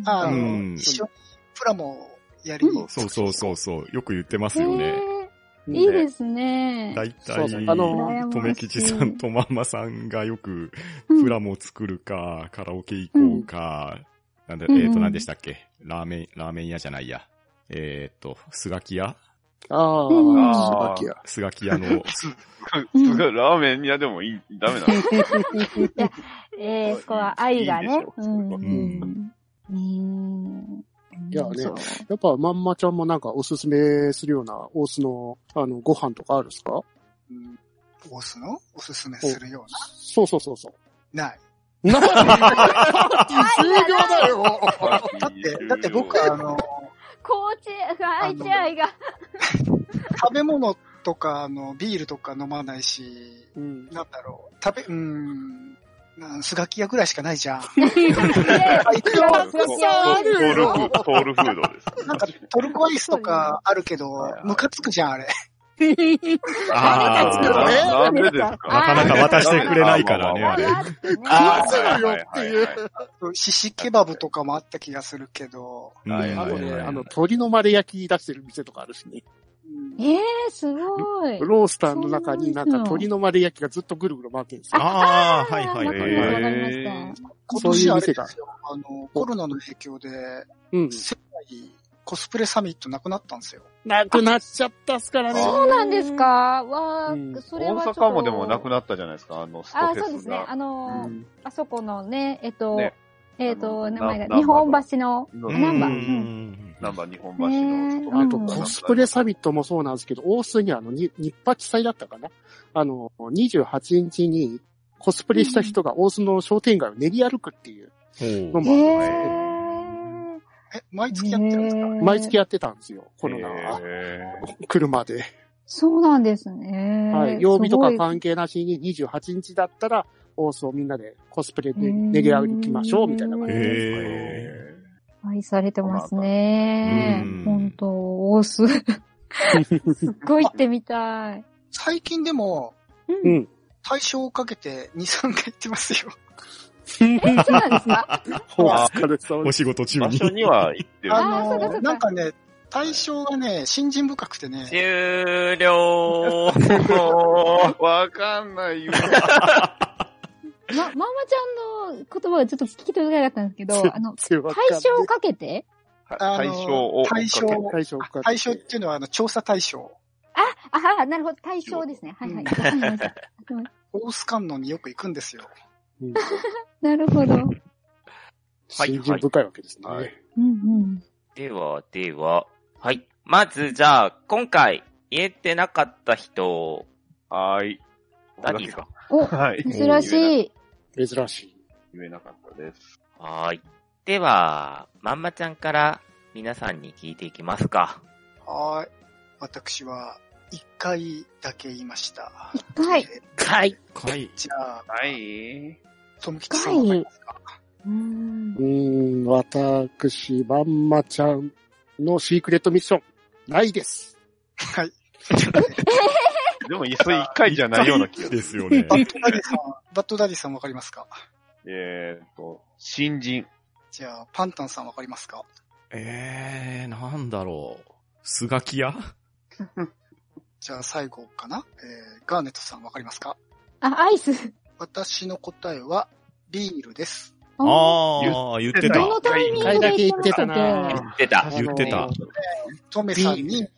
Speaker 5: あ
Speaker 3: う
Speaker 5: の、
Speaker 3: ん。
Speaker 5: 一緒にプラモやりに。
Speaker 3: そうそうそうそう。よく言ってます
Speaker 1: へ
Speaker 3: よね。
Speaker 1: えいいですね。
Speaker 3: だいた
Speaker 2: そ
Speaker 3: いう
Speaker 2: そうあの、
Speaker 1: 羨
Speaker 3: と
Speaker 1: ま
Speaker 3: め
Speaker 1: しい
Speaker 3: きちさんとまんまさんがよく、
Speaker 1: うん
Speaker 3: プラモ作るか、カラオケ行こうか、なんで、
Speaker 1: うん
Speaker 3: えっ、と、何でしたっけラーメン、ラーメン屋じゃないや。えっ、と、すがき屋
Speaker 2: あ
Speaker 1: うん
Speaker 2: あ、椿や。
Speaker 3: すがき屋の、
Speaker 1: うん
Speaker 6: すごい、ラーメン屋でもいい、ダメなの
Speaker 1: ええそこは愛が
Speaker 6: いい
Speaker 1: ね
Speaker 6: でしょ。
Speaker 1: うん。
Speaker 3: うん
Speaker 1: うん
Speaker 2: いやね
Speaker 1: そう
Speaker 2: やっぱまんまちゃんもなんかおすすめするような大須の、あの、ご飯とかあるんですか
Speaker 5: うんオスのおすすめするよ
Speaker 2: そうそうそ うそう。
Speaker 5: うな。ない。
Speaker 2: な
Speaker 1: 終了だよ
Speaker 5: だって、だって僕はあの、
Speaker 1: 高知、愛知愛が。
Speaker 5: 食べ物とか、あの、ビールとか飲まないし、
Speaker 2: うん。
Speaker 5: なんだろう、食べ、うーん、なんスガキ屋ぐらいしかないじゃん。
Speaker 1: 行くよ
Speaker 6: トールフード、トールフードです。
Speaker 5: なんか、トルコアイスとかあるけど
Speaker 6: はいはい、
Speaker 5: ムカつくじゃん、あれ。
Speaker 3: あー
Speaker 6: ななんでですかな
Speaker 1: かなか渡してくれ
Speaker 3: ないからねあれ
Speaker 1: あ
Speaker 2: 食わせろよっていう。
Speaker 5: シシケバブとかもあった気がするけど、
Speaker 3: はいは
Speaker 2: あ
Speaker 3: い
Speaker 2: と
Speaker 3: はい
Speaker 2: ね、
Speaker 3: はい
Speaker 2: あの、鳥の丸焼き出してる店とかあるしね。
Speaker 5: うん
Speaker 1: ええー、すごい。
Speaker 2: ロースターの中
Speaker 1: そう
Speaker 2: に
Speaker 1: な
Speaker 2: なんん
Speaker 1: ですよ
Speaker 2: か鶏の丸焼きがずっとぐるぐる回ってるんですよ。
Speaker 3: ああ、はい
Speaker 1: あ
Speaker 3: は
Speaker 1: ー
Speaker 3: い
Speaker 1: わ
Speaker 3: は
Speaker 1: か
Speaker 3: い
Speaker 1: りました、わ
Speaker 3: は
Speaker 1: か
Speaker 3: い。
Speaker 1: りました。
Speaker 5: 今
Speaker 2: そうい
Speaker 5: 年
Speaker 2: う
Speaker 5: あれ
Speaker 2: 店
Speaker 5: で
Speaker 2: が
Speaker 5: すよ、あの、コロナの影響で、
Speaker 2: うん。
Speaker 5: 世界コスプレサミットなくなったんですよ。
Speaker 2: なくなっちゃったっすからね。
Speaker 1: そうなんですかわあ、
Speaker 2: うん
Speaker 1: それ
Speaker 6: 大
Speaker 1: はちょっと。
Speaker 6: 阪もでもなくなったじゃないですか、あの、ストフェ
Speaker 1: あ
Speaker 6: ス
Speaker 1: ー
Speaker 6: が。
Speaker 1: そうですね。あのー、
Speaker 2: うん
Speaker 1: あそこのね、えっと、
Speaker 6: ね
Speaker 1: えっと、
Speaker 6: あの
Speaker 1: 名前が、
Speaker 6: な
Speaker 1: 日本橋の、
Speaker 6: の
Speaker 1: ナンバー
Speaker 3: う
Speaker 1: うん
Speaker 6: ナンバー日本橋のストフェス
Speaker 1: ね
Speaker 2: あ
Speaker 1: う
Speaker 2: と、
Speaker 1: ん
Speaker 2: コスプレサ
Speaker 6: ビ
Speaker 2: ミットもそうなんですけど、大須にあの、に日発祭だったかなあの、28日にコスプレした人が大須の商店街を練り歩くっていう
Speaker 3: ほ
Speaker 2: の
Speaker 3: う
Speaker 1: へ
Speaker 2: もあるんですよ
Speaker 1: え
Speaker 5: え、毎
Speaker 1: ー。
Speaker 5: 月やってるんですか、
Speaker 2: 毎月
Speaker 1: や
Speaker 2: やってたんですよ、コロナは。車で。
Speaker 1: そうなんですね。
Speaker 2: はい。曜日とか
Speaker 1: すごい
Speaker 2: 関係なしに28日だったら、大須をみんなでコスプレで練り歩きましょう、みたいな感じで。
Speaker 3: へ
Speaker 1: 愛されてますね
Speaker 3: うん。
Speaker 1: 本当大須。すっごい行ってみたい。
Speaker 5: 最近でも、
Speaker 1: う。
Speaker 2: うんん。
Speaker 5: 対象をかけて2、3回行ってますよ。
Speaker 1: え、そうなんですか
Speaker 2: お疲れ様
Speaker 3: ー
Speaker 2: で
Speaker 3: お
Speaker 2: す。
Speaker 3: 仕事中
Speaker 6: 場
Speaker 3: に。
Speaker 6: 所には行ってる。
Speaker 5: あ
Speaker 1: ーそうかそう
Speaker 5: の、
Speaker 1: か
Speaker 5: なんかね、対象がね、新人深くてね、
Speaker 4: 終了
Speaker 6: わかんないよ。
Speaker 1: ま、ママちゃんの言葉はちょっと聞き取れなかったんですけど、あの、
Speaker 2: 強
Speaker 1: 対象をかけて
Speaker 5: あの
Speaker 6: 対象を追っかけ
Speaker 5: 対象
Speaker 6: て。
Speaker 2: 対象か。
Speaker 5: 対象っていうのはあの調査対象。
Speaker 1: ああ、なるほど。対象ですね。はいはい。わかりました
Speaker 5: 大須観音によく行くんですよ。
Speaker 2: うん
Speaker 1: なるほど。うん
Speaker 2: 信心深いわけですね。
Speaker 6: はい
Speaker 1: うん。
Speaker 4: では、では。はい。まず、じゃあ、今回、言えてなかった人、
Speaker 6: はい。
Speaker 4: 何ですか
Speaker 1: お、
Speaker 6: はい。
Speaker 1: 珍しい。
Speaker 2: 珍しい。
Speaker 6: 言えなかったです。
Speaker 4: はーい。では、まんまちゃんから皆さんに聞いていきますか。
Speaker 5: はーい。私は、一回だけ言いました。
Speaker 1: はい。
Speaker 5: えー
Speaker 2: はい。
Speaker 3: はい。
Speaker 5: じゃあ、
Speaker 6: はい。
Speaker 5: ともきちさんはですか
Speaker 1: うん
Speaker 2: う。ーん、私、まんまちゃんのシークレットミッション、ないです。
Speaker 5: はい。
Speaker 6: でも、それ一回じゃないような気がす
Speaker 3: で
Speaker 6: る。
Speaker 3: すよね。
Speaker 5: バ ッドダディさん、バッドダディさんわかりますか
Speaker 6: えーっと、新人。
Speaker 5: じゃあ、パンタンさんわかりますか
Speaker 3: えー、なんだろう。スガキ屋
Speaker 5: じゃあ、最後かなえー、ガーネットさんわかりますか
Speaker 1: あ、アイス。
Speaker 5: 私の答えは、ビールです。
Speaker 1: あ
Speaker 3: ああ、言ってた
Speaker 1: ど。のタイミングで言ってましたっ
Speaker 2: 一回だけ言ってた
Speaker 1: け
Speaker 2: な。
Speaker 4: 出た。
Speaker 3: 言ってた。
Speaker 5: トメさんに、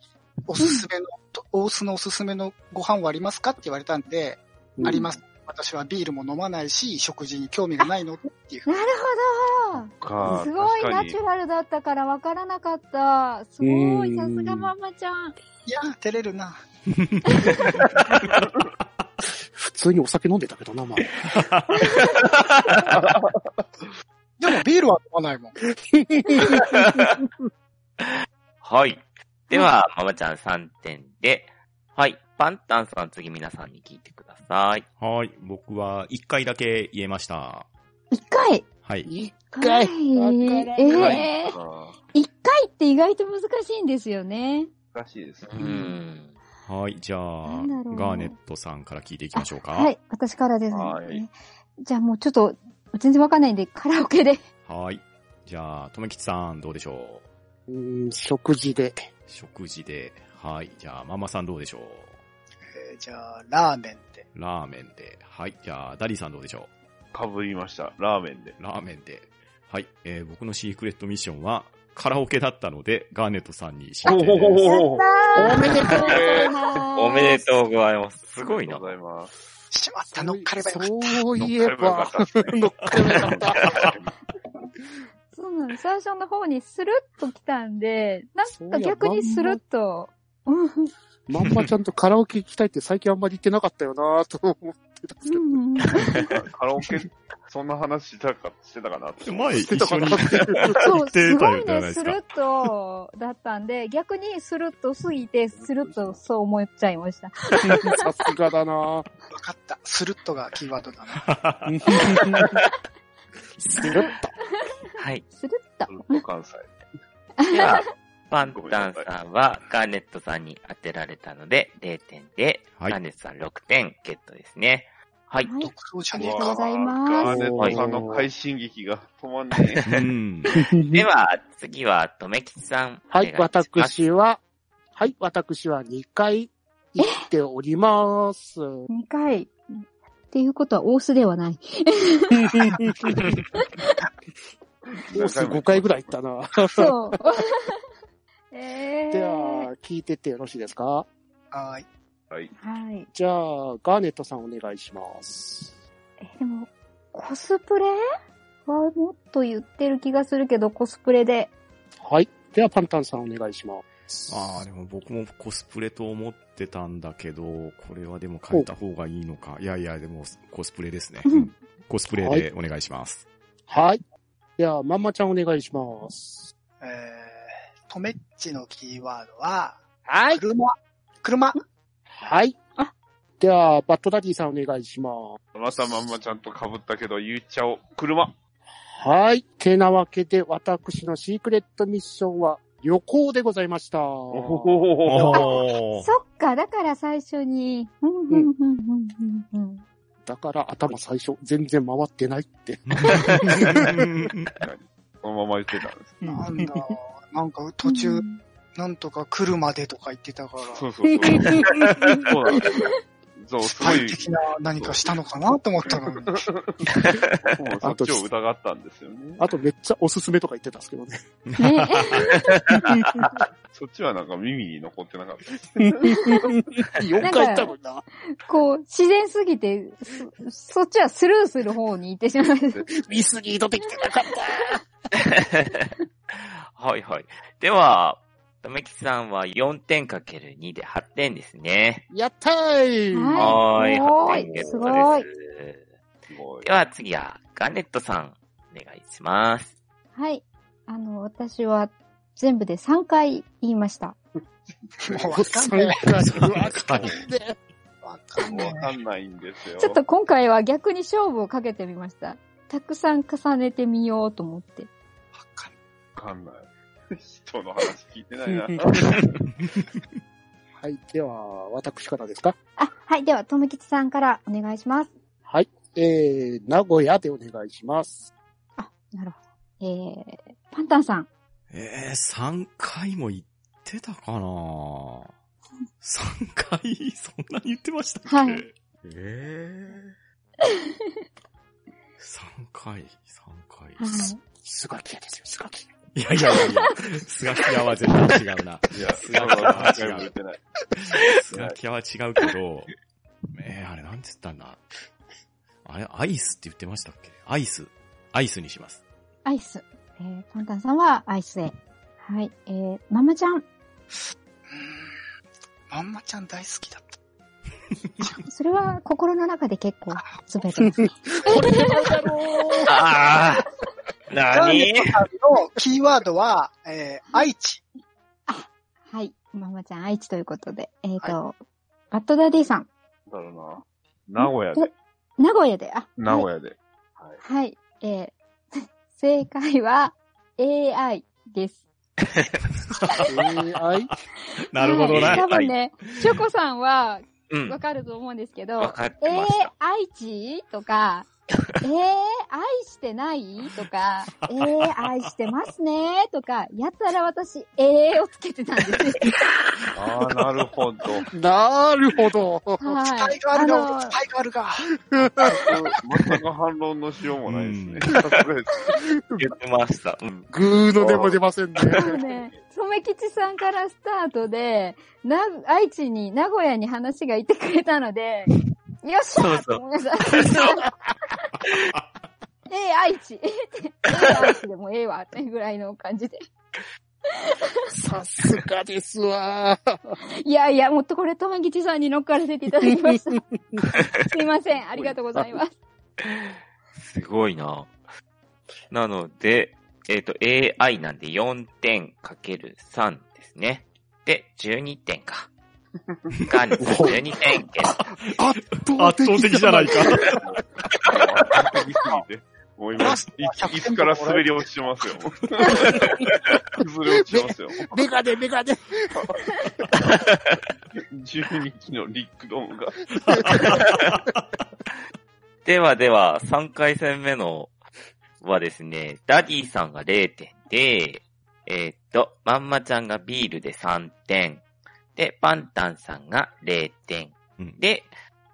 Speaker 5: おすすめの、と大須のおすすめのご飯はありますかって言われたんで、ありますす。私はビールも飲まないし、食事に興味がないのでっていう。
Speaker 1: なるほど。
Speaker 6: か
Speaker 1: すごい
Speaker 6: 確か
Speaker 1: ナ
Speaker 6: に
Speaker 1: チュラルだったからわからなかった。すごい、さすがママちゃん。
Speaker 5: いやー、照れるな。
Speaker 2: 普通にお酒飲んでたけどな、まあ。
Speaker 5: でもビールは飲まないもん。
Speaker 4: はい。では、ままちゃん3点で。はい。パンタンさん、次皆さんに聞いてください。
Speaker 3: はい。僕は一回だけ言えました。
Speaker 1: 一回。
Speaker 3: はい。
Speaker 2: 一
Speaker 1: 一
Speaker 2: 回。
Speaker 1: ええー
Speaker 6: あ
Speaker 1: 一回って意外と難しいんですよね。
Speaker 6: ー難しいですね
Speaker 4: う。ん。
Speaker 3: はい。じゃあ、
Speaker 1: なんだろう
Speaker 3: ガーネットさんから聞いていきましょうか。
Speaker 1: はい。私からですね。
Speaker 6: はい
Speaker 1: じゃあもうちょっと、全然わかんないんで、カラオケで。
Speaker 3: はい。じゃあ、とめきちさん、どうでしょう
Speaker 2: うーん、食事で。
Speaker 3: 食事で。はい。じゃあ、ママさんどうでしょう
Speaker 5: えーじゃあ、ラーメンで。
Speaker 3: ラーメンで。はい。じゃあ、ダリーさんどうでしょ
Speaker 6: かぶりました。ラーメンで。
Speaker 3: うラーメンで。はい。えー、僕のシークレットミッションは、カラオケだったので、ガーネットさんに申請で
Speaker 6: お
Speaker 3: す。
Speaker 6: お
Speaker 1: おめでとうございます。
Speaker 4: おめでとうございます。すごい
Speaker 6: ありが
Speaker 4: な
Speaker 6: とう。ございます。
Speaker 5: しまった、乗っかればよかった。
Speaker 2: そうい
Speaker 6: 乗
Speaker 2: え
Speaker 6: っかればよ
Speaker 2: ば
Speaker 6: か、ったですね
Speaker 2: 乗っかればよかった。
Speaker 1: そうなの。最初の方にスルッと来たんで、なんか逆にスルッと。うん
Speaker 2: まんまちゃんとカラオケ行きたいって最近あんまり行ってなかったよなと思ってたんですけど。
Speaker 1: うん
Speaker 6: カラオケ、そんな話してたか、してたかなって。
Speaker 3: 前、
Speaker 2: して
Speaker 3: 一
Speaker 2: た
Speaker 3: 緒
Speaker 2: か
Speaker 3: に
Speaker 2: なっていう。
Speaker 1: そう、
Speaker 3: て
Speaker 1: す
Speaker 3: た
Speaker 1: ご
Speaker 3: よ
Speaker 1: い
Speaker 3: じゃない
Speaker 1: ね、
Speaker 3: です
Speaker 1: ス
Speaker 3: か
Speaker 1: ルッとだったんで、逆にスルッと過ぎて、スルッとそう思っちゃいました。
Speaker 2: さすがだな
Speaker 5: わかった。スルッとがキーワードだ な。
Speaker 2: スルッと。
Speaker 4: はい。
Speaker 1: スルッと。
Speaker 6: ずっと関西。
Speaker 4: では、パンタンさんはガーネットさんに当てられたので0点で、
Speaker 3: はい
Speaker 4: ガーネットさん6点ゲットですね。はい。
Speaker 1: はい
Speaker 5: 独創じゃ
Speaker 1: あ
Speaker 5: ね
Speaker 1: りが
Speaker 5: えか
Speaker 1: とうございます
Speaker 6: わあガーネットさんの快進撃が止まんね え。
Speaker 3: うん。
Speaker 4: では、次は、とめきちさん。
Speaker 2: は
Speaker 4: お
Speaker 2: い、
Speaker 4: 願します。
Speaker 2: 私は、はい、私は2回行っております。
Speaker 7: 2回。
Speaker 1: っていうことは、大須ではない。
Speaker 2: コース5回ぐらい行ったな。
Speaker 1: そう。
Speaker 7: えー。
Speaker 2: では、聞いてってよろしいですか
Speaker 5: はーい。
Speaker 6: はい。
Speaker 7: はい。
Speaker 2: じゃあ、ガーネットさんお願いします。
Speaker 7: えー、でも、コスプレはもっと言ってる気がするけど、コスプレで。
Speaker 2: はい。では、パンタンさんお願いします。
Speaker 3: ああ、でも僕もコスプレと思ってたんだけど、これはでも変えた方がいいのか。いやいや、でもコスプレですね。
Speaker 1: うん
Speaker 3: コスプレでお願いします。
Speaker 2: はい。では、まんまちゃんお願いします。
Speaker 5: えー、とめっちのキーワードは、
Speaker 2: は。
Speaker 5: 車。車。
Speaker 2: はい。では、バッドダディさんお願いします。
Speaker 6: またまんまちゃんと被ったけど、言っちゃおう。車。
Speaker 2: はい。てなわけで、私のシークレットミッションは旅行でございました。
Speaker 6: おほほほほほ
Speaker 3: おー
Speaker 1: そっか、だから最初に。うん、うん、うん、うん、うんうん。
Speaker 2: だから頭最初、全然回ってないって。
Speaker 6: そのまま言ってたんです。
Speaker 5: なんだ、なんか途中、なんとか車でとか言ってたから、
Speaker 6: そう そうそう。そうなんですよ。そう、
Speaker 5: ス
Speaker 6: す
Speaker 5: パ
Speaker 6: ご
Speaker 5: イ
Speaker 6: い、
Speaker 5: 的な何かしたのかなと思ったのに。
Speaker 6: もうそっちを疑ったんですよね。
Speaker 2: あとめっちゃおすすめとか言ってたんですけどね。
Speaker 1: ね。
Speaker 6: そっちはなんか耳に残ってなかった。
Speaker 2: 4回行ったもんな。
Speaker 1: こう、自然すぎて、そ、そっちはスルーする方に行ってしまう。
Speaker 2: ミスリードできてなかった。
Speaker 4: はいはい。では、ためきさんは4点かける2で8点ですね。
Speaker 2: やったーい、
Speaker 1: はい
Speaker 4: はーい、8
Speaker 1: は
Speaker 4: 点
Speaker 1: い
Speaker 4: ゲッ
Speaker 1: す
Speaker 4: ト
Speaker 1: ごい
Speaker 4: です。
Speaker 6: すごい
Speaker 4: で。は次は、ガネットさん、お願いします。
Speaker 1: はい。あの、私は全部で3回言いました。
Speaker 5: もうわかんない。
Speaker 2: わかんねえ
Speaker 5: わかんな
Speaker 6: わ
Speaker 5: い。
Speaker 6: かんないんですよ。
Speaker 1: ちょっと今回は逆に勝負をかけてみました。たくさん重ねてみようと思って。
Speaker 6: わかんない。人の話聞いてないな。
Speaker 2: はい。では、私からですか
Speaker 7: あ、はい。では、とめきちさんからお願いします。
Speaker 2: はい。えー、名古屋でお願いします。
Speaker 1: なるほど。えー、パンタンさん。
Speaker 3: えー、3回も言ってたかな ?3 回、そんなに言ってましたっけ、
Speaker 1: はい
Speaker 3: えー、3回、3回。
Speaker 1: はい。
Speaker 2: すがき屋ですよ、すがき
Speaker 3: いやいやいやいや、スガキ屋は絶対違うな。
Speaker 6: いや、
Speaker 3: ス
Speaker 6: そ
Speaker 3: ガ
Speaker 6: の
Speaker 3: キ屋は
Speaker 6: 話
Speaker 3: 違
Speaker 6: は言っ
Speaker 3: う。
Speaker 6: てない。
Speaker 3: スガキ屋は違うけど、 えー、あれなんて言ったんだあれ、アイスって言ってましたっけアイス。アイスにします。
Speaker 1: アイス。えー、パンタンさんはアイスへ。はい。えー、ママちゃん。
Speaker 5: まんまちゃん大好きだった。
Speaker 1: それは心の中で結構つぶやいて ますね。
Speaker 4: ああ
Speaker 5: ガーネ
Speaker 4: 何
Speaker 5: ットさんのキーワードは、えー、愛知。
Speaker 1: はい。ママちゃん愛知ということで。えっ、と、バッドダディさん。
Speaker 6: なんだろうな。名古屋で。
Speaker 1: 名古屋で。あ、
Speaker 6: 名古屋で。
Speaker 1: はい。えー、 正解は AI です。
Speaker 2: はい。
Speaker 3: なるほど
Speaker 1: はい
Speaker 3: な。
Speaker 1: 多分ね、チョコさんは
Speaker 4: うん。
Speaker 1: わ
Speaker 4: わ
Speaker 1: かると思うんですけど、
Speaker 4: かって
Speaker 1: えー
Speaker 4: ました。、
Speaker 1: 愛知とか、えー、愛してないとか、えー、愛してますねとか、やたら私、えーをつけてたんですよ。
Speaker 6: ああ、なるほど。
Speaker 2: なるほど。
Speaker 1: は
Speaker 5: 使
Speaker 1: い
Speaker 5: い。がある
Speaker 1: あの
Speaker 5: が、使いがあるが。
Speaker 6: 全く反論のしようもないですね。
Speaker 4: 言ってました。うん。
Speaker 2: グーの出も出ませんね。
Speaker 1: そうね、染吉さんからスタートで、な、愛知に、名古屋に話がいってくれたので、よっしゃ
Speaker 4: そうそう
Speaker 1: と思いました。ええ、愛知。ええ、愛知でもええわ、ってぐらいの感じで。
Speaker 2: さすがですわ。
Speaker 1: いやいや、もっとこれ、染吉さんに乗っからせていただきました。すいません、ありがとうございます。
Speaker 4: すごいな。なので、えっ、と、AI なんで4点かける3ですね。で、12 点か。ガーネットさん12点ゲット。
Speaker 3: 圧倒的じゃないか。
Speaker 6: すぎて。もう今、い椅子から滑り落ちてますよ。崩れ落ちてますよ。
Speaker 2: メガネ、メガネ。
Speaker 6: 12機のリックドームが。
Speaker 4: ではでは、3回戦目のはですね、ダディさんが0点で、えーっと、まんまちゃんがビールで3点、で、パンタンさんが0点。
Speaker 3: うん
Speaker 4: で、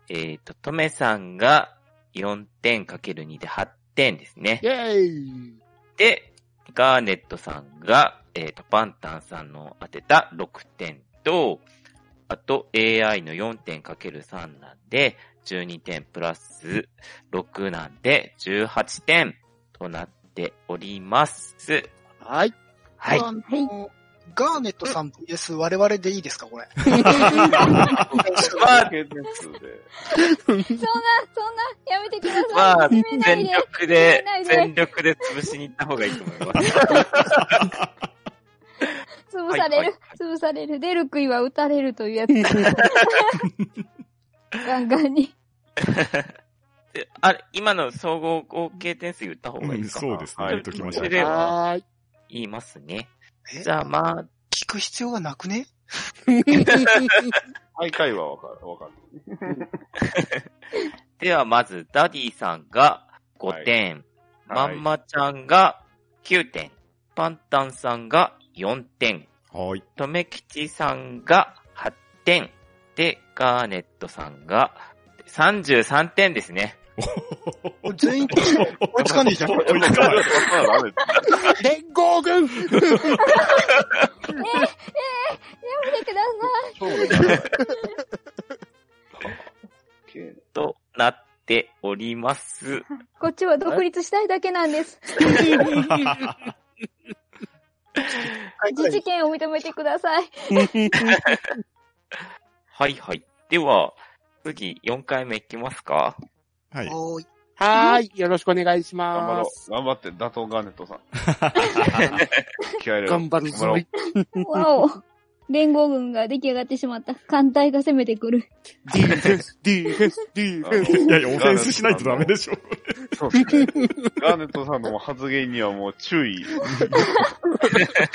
Speaker 4: えっ、と、トメさんが4点かける2で8点ですね
Speaker 2: イ。ェイ
Speaker 4: で、ガーネットさんが、えっ、と、パンタンさんの当てた6点と、あと AI の4点かける3なんで、12点プラス6なんで、18点となっております。
Speaker 2: はい。
Speaker 4: はい。
Speaker 5: あのガーネットさん VS 我々でいいですか、これ。
Speaker 6: まあ、で。
Speaker 7: やめてください。
Speaker 4: まあ、
Speaker 7: 決めない
Speaker 4: 全
Speaker 7: で。決め
Speaker 4: 力で
Speaker 7: ない、で
Speaker 4: 全力で潰しに行った方がいいと思 います。
Speaker 7: 潰される、潰される。出る杭は打たれるというやつ。ガンガンに。
Speaker 4: であれ、今の総合合計点数言った方がいいですか、
Speaker 3: うんそうですね
Speaker 4: は
Speaker 3: 言
Speaker 4: い
Speaker 3: っときましょう
Speaker 4: それでは
Speaker 2: はーい。
Speaker 4: 言いますね。
Speaker 5: え
Speaker 4: じゃあまあ、
Speaker 5: 聞く必要がなくね
Speaker 6: 毎回はわかる、わかる。
Speaker 4: ではまず、ダディさんが5点、まんまちゃんが9点、パンタンさんが4点、
Speaker 3: はーい。
Speaker 4: とめきちさんが8点、で、ガーネットさんが33点ですね。
Speaker 5: 全員追いつかねえじゃん。
Speaker 6: 追いつかない。ダメ
Speaker 2: 連合軍
Speaker 7: えー、えー、やめてくださ
Speaker 6: 勝負にならない。
Speaker 4: となっており ます。
Speaker 7: い。こっちは独立したいだけなんです。自治権を認めてください。
Speaker 4: はいはい。では、次4回目いきますか
Speaker 3: はい。
Speaker 5: おーい
Speaker 2: はーい。よろしくお願いし
Speaker 6: 頑張
Speaker 2: ま
Speaker 6: ろ
Speaker 2: す。
Speaker 6: う。頑張って、打倒ガーネットさん。気合い入れろ
Speaker 2: 頑張るぞ
Speaker 6: 頑張ろう
Speaker 7: わお。連合軍が出来上がってしまった。艦隊が攻めてくる。
Speaker 2: ディフェンス、ディフェンス、ディフェンス。
Speaker 3: いやいや、オフェンスしないとダメでしょ。
Speaker 6: そうですね。ガーネットさんの発言にはもう注意。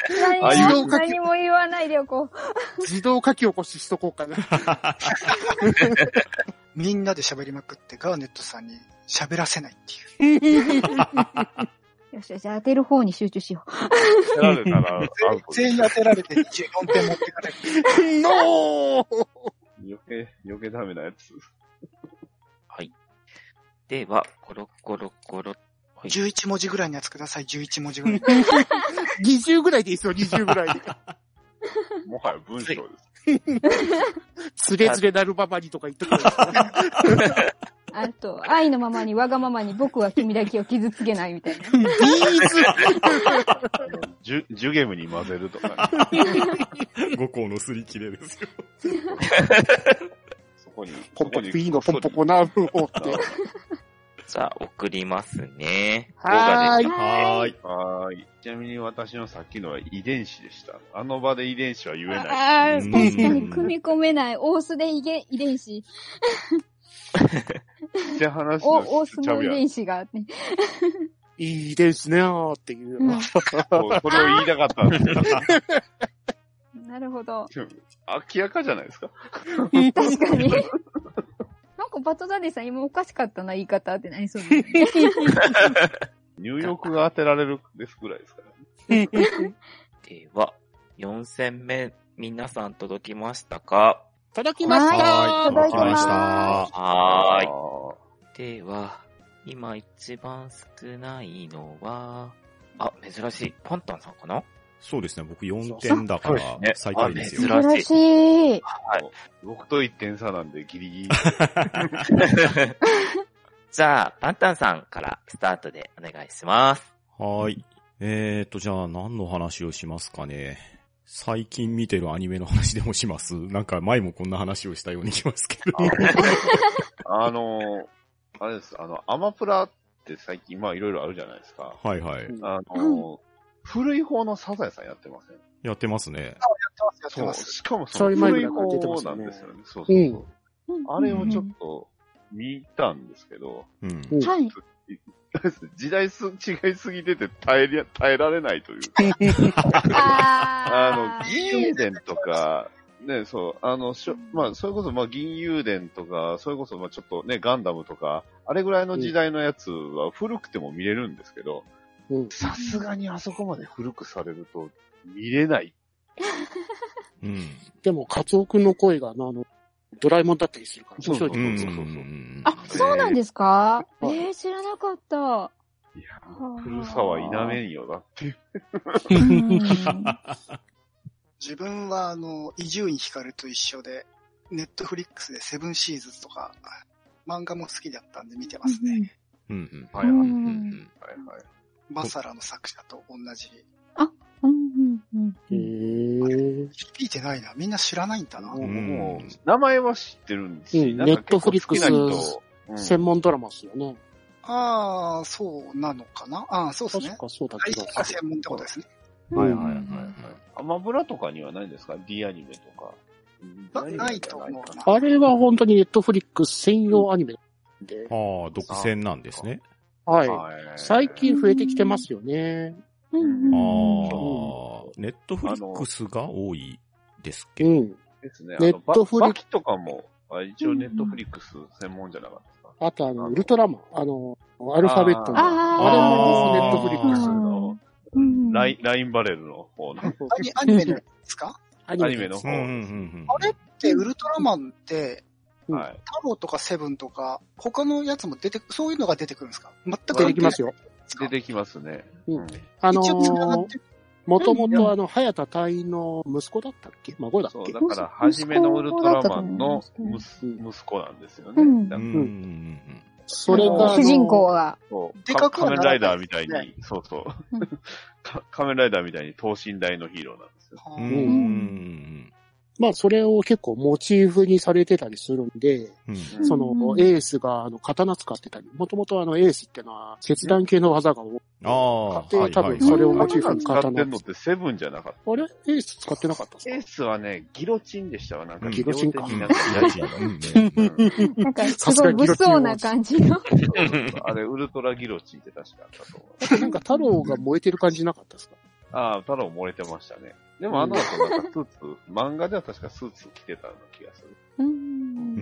Speaker 7: 何
Speaker 6: あ
Speaker 2: 自
Speaker 7: も
Speaker 2: 動書き、
Speaker 7: 何も言わないでよ、こう。
Speaker 2: 自動書き起こししとこうかな。
Speaker 5: みんなで喋りまくってガーネットさんに喋らせないっていう。
Speaker 7: よしよし、当てる方に集中しよう。
Speaker 6: やられたら、アウトです
Speaker 5: 全員当てられて24点持 ってかれる。
Speaker 2: ノー
Speaker 6: 余計、余計ダメなやつ。
Speaker 4: はい。では、コロコロコロ。はい
Speaker 5: 11文字ぐらいのやつください、11文字ぐらい。
Speaker 2: !20 ぐらいでいいですよ、20ぐらいで。
Speaker 6: もはや文章です。
Speaker 2: つれつれなるばばりとか言っとく から
Speaker 7: あと、愛のままに、わがままに、僕は君だけを傷つけないみたいな。
Speaker 2: ビーズ
Speaker 6: ジュ、ジュゲムに混ぜるとか、
Speaker 3: 五校の擦り切れですよ。
Speaker 6: そこに、そ
Speaker 2: ポン
Speaker 6: こ
Speaker 2: ポ
Speaker 6: に
Speaker 2: コ、いいのポンポコなる方って。
Speaker 4: じゃあ、送りますね。
Speaker 2: はーい。
Speaker 3: はーい。
Speaker 6: はーい。ちなみに私のさっきのは遺伝子でした。あの場で遺伝子は言えない。
Speaker 7: ああ、
Speaker 3: うん
Speaker 7: 確かに組み込めない。大須で遺伝遺伝子。
Speaker 6: って話
Speaker 7: お、
Speaker 6: の
Speaker 7: 大
Speaker 6: 質
Speaker 7: 須
Speaker 6: ちゃ
Speaker 7: の
Speaker 6: う
Speaker 7: 遺
Speaker 6: やん。
Speaker 7: 伝子が、ね。
Speaker 2: いいですねーっていう。
Speaker 7: うん
Speaker 6: そうこれを言いたかったんですけど
Speaker 7: なるほど。
Speaker 6: 明らかじゃないですか。
Speaker 7: 確かに。 なんかバトダディさん今おかしかったな言い方ってなりそうですね。
Speaker 6: 入浴が当てられるですぐらいですから、ね。
Speaker 4: では、4戦目、皆さん届きましたか
Speaker 2: 届きました
Speaker 7: はーい
Speaker 2: ー
Speaker 7: 届きました。
Speaker 4: はーい。
Speaker 6: ー
Speaker 4: では、今一番少ないのは、あ、珍しい。パンタンさん かな
Speaker 3: そうですね、僕4点だから
Speaker 4: そうで、すね
Speaker 3: 最下位ですよ。
Speaker 4: あ珍
Speaker 7: しい。
Speaker 6: 僕と1点差なんでギリ ギリ。
Speaker 4: じゃあ、パンタンさんからスタートでお願いします。
Speaker 3: はーい。えーと、じゃあ何の話をしますかね。最近見てるアニメの話でもしますなんか前もこんな話をしたようにしますけど。
Speaker 6: あのー、あれです、あの、アマプラって最近、まあいろいろあるじゃないですか。
Speaker 3: はいはい。
Speaker 6: あのー、古い方のサザエさんやってません
Speaker 3: やってますね。
Speaker 5: やってます。
Speaker 6: しかも
Speaker 2: ち
Speaker 6: そ
Speaker 2: ょ
Speaker 6: の
Speaker 2: い前ぐ
Speaker 6: 古い
Speaker 2: らいから出てま
Speaker 6: 方
Speaker 2: した
Speaker 6: な
Speaker 2: ね
Speaker 6: んですよね。そうそうそう。あれをちょ
Speaker 7: と
Speaker 6: っと見たんですけど、
Speaker 3: うん。
Speaker 7: はい。
Speaker 6: 時代す、違いすぎてて耐えりゃ、耐えられないという。あ
Speaker 7: あ
Speaker 6: の、銀融伝とか、ね、そう、あの、しょまあ、それこそ、まあ、銀融伝とか、それこそ、まあ、ちょっとね、ガンダムとか、あれぐらいの時代のやつは古くても見れるんですけど、
Speaker 2: うん
Speaker 6: さすがにあそこまで古くされると見れない。
Speaker 3: うん。
Speaker 2: でも、カツオ君の声が、あの、ドラえもんだったりするから、
Speaker 6: そうそう
Speaker 3: う
Speaker 2: 正
Speaker 3: ん
Speaker 2: 直
Speaker 3: うん
Speaker 6: そううそうん
Speaker 1: あ、そうなんですかえ
Speaker 2: えー
Speaker 1: ー、知らなかった。
Speaker 6: いや、古さは否めんよなって。
Speaker 1: うん
Speaker 5: 自分は、あの、伊集院光と一緒で、ネットフリックスでセブンシーズとか、漫画も好きだったんで見てますね。
Speaker 3: うんうん。
Speaker 6: はいはい
Speaker 1: うん
Speaker 6: はいはい。
Speaker 5: バサラの作者と同じ。
Speaker 1: うんうんうんう
Speaker 2: へ
Speaker 1: ん
Speaker 2: ー
Speaker 5: 聞いてないな。みんな知らないんだな。
Speaker 2: うん
Speaker 6: もう、名前は知ってるんです
Speaker 2: う
Speaker 6: し、
Speaker 2: ん
Speaker 6: なんか結構好きな人
Speaker 2: ネットフリックス
Speaker 6: うん
Speaker 2: 専門ドラマっすよね。
Speaker 5: ああ、そうなのかな。ああ、そうです
Speaker 2: 確
Speaker 5: ね。
Speaker 2: かそうだ
Speaker 5: 配
Speaker 2: け
Speaker 5: 信
Speaker 2: ど。
Speaker 5: が専門ってことですね。
Speaker 3: はいはいはいはい。
Speaker 6: アマブラとかにはないんですか ?D アニメとか。
Speaker 5: なないと思うな。
Speaker 2: あれは本当にネットフリックス専用アニメなんで、
Speaker 3: ああ、独占なんですね。
Speaker 2: はい。
Speaker 6: はい
Speaker 2: 最近増えてきてますよね。
Speaker 1: うん
Speaker 3: ああ
Speaker 1: うん、
Speaker 3: ネットフリックスが多いですけ
Speaker 2: う
Speaker 3: ど。
Speaker 2: ん。
Speaker 6: ですね。
Speaker 2: ネットフリ
Speaker 6: ババキとかも、あ一応ネットフリックス専門じゃなかったですか
Speaker 2: あとあの、ウルトラマン、あの、アルファベットの。
Speaker 1: あ
Speaker 2: あれ
Speaker 1: ー
Speaker 2: もネットフリックス
Speaker 6: の、
Speaker 1: うん
Speaker 6: ラインラインバレルの方の、
Speaker 5: アニアニメのやつですか
Speaker 2: ア
Speaker 6: アニメの。方
Speaker 3: うん。うん
Speaker 5: あれって、ウルトラマンって、
Speaker 2: うん
Speaker 6: はい。
Speaker 5: 太郎とかセブンとか、他のやつも出て、そういうのが出てくるんですか全く
Speaker 2: 出てきますよ。
Speaker 6: 出てきますね。
Speaker 2: うん
Speaker 6: うん
Speaker 2: あの
Speaker 5: 一応繋がっ
Speaker 2: ー
Speaker 5: て、る
Speaker 2: もともとあの、早田隊員の息子だったっけ孫だっ
Speaker 6: そう、
Speaker 2: け
Speaker 6: だから、初めのウルトラマンのむす
Speaker 2: 息
Speaker 6: 息子なんですよ
Speaker 7: う
Speaker 6: ね。
Speaker 7: ん
Speaker 6: だ
Speaker 3: う
Speaker 6: から
Speaker 3: ん。
Speaker 2: それが、
Speaker 7: 主人公。が。
Speaker 6: そう
Speaker 5: でかくは
Speaker 6: 仮
Speaker 5: な
Speaker 6: 面ラ
Speaker 5: ら
Speaker 6: イ
Speaker 5: な
Speaker 6: ダ
Speaker 5: い
Speaker 6: ーみたい
Speaker 5: ね
Speaker 6: に、そうそう
Speaker 7: う。
Speaker 6: か 仮面ライダーみたいに等身大のヒーローなんですよ。
Speaker 5: は
Speaker 3: う
Speaker 5: あ
Speaker 3: ん。うん。
Speaker 2: まあ、それを結構モチーフにされてたりするんで、
Speaker 3: うん。
Speaker 2: そ
Speaker 7: うんう
Speaker 2: の、
Speaker 7: ん
Speaker 2: エースが、あの、刀使ってたり、もともとあの、エースってのは、切断系の技が多い。
Speaker 3: ああ、はいはいはい。
Speaker 2: それ
Speaker 6: あ
Speaker 2: をモ
Speaker 6: な
Speaker 2: チーフ
Speaker 6: た
Speaker 2: に
Speaker 6: 使って
Speaker 2: 刀
Speaker 6: んのってセブンじゃなかった。
Speaker 2: あれエース使ってなかった
Speaker 6: エー
Speaker 2: ですか
Speaker 6: スはね、ギロチンでしたわ。なんか、
Speaker 3: ギ
Speaker 2: ロチンか
Speaker 6: 両手になんか
Speaker 3: 家賃
Speaker 6: やじ
Speaker 3: が。うんね
Speaker 6: うん
Speaker 7: なんか、すごい物騒な感じの。
Speaker 6: あれ、ウルトラギロチンって確かあったと思う。
Speaker 2: なんか太郎が燃えてる感じなかったですか
Speaker 6: ああ、太郎漏れてましたね。でもあの後なんかスーツ、漫画では確かスーツ着てたような気がする。
Speaker 3: う
Speaker 7: うん。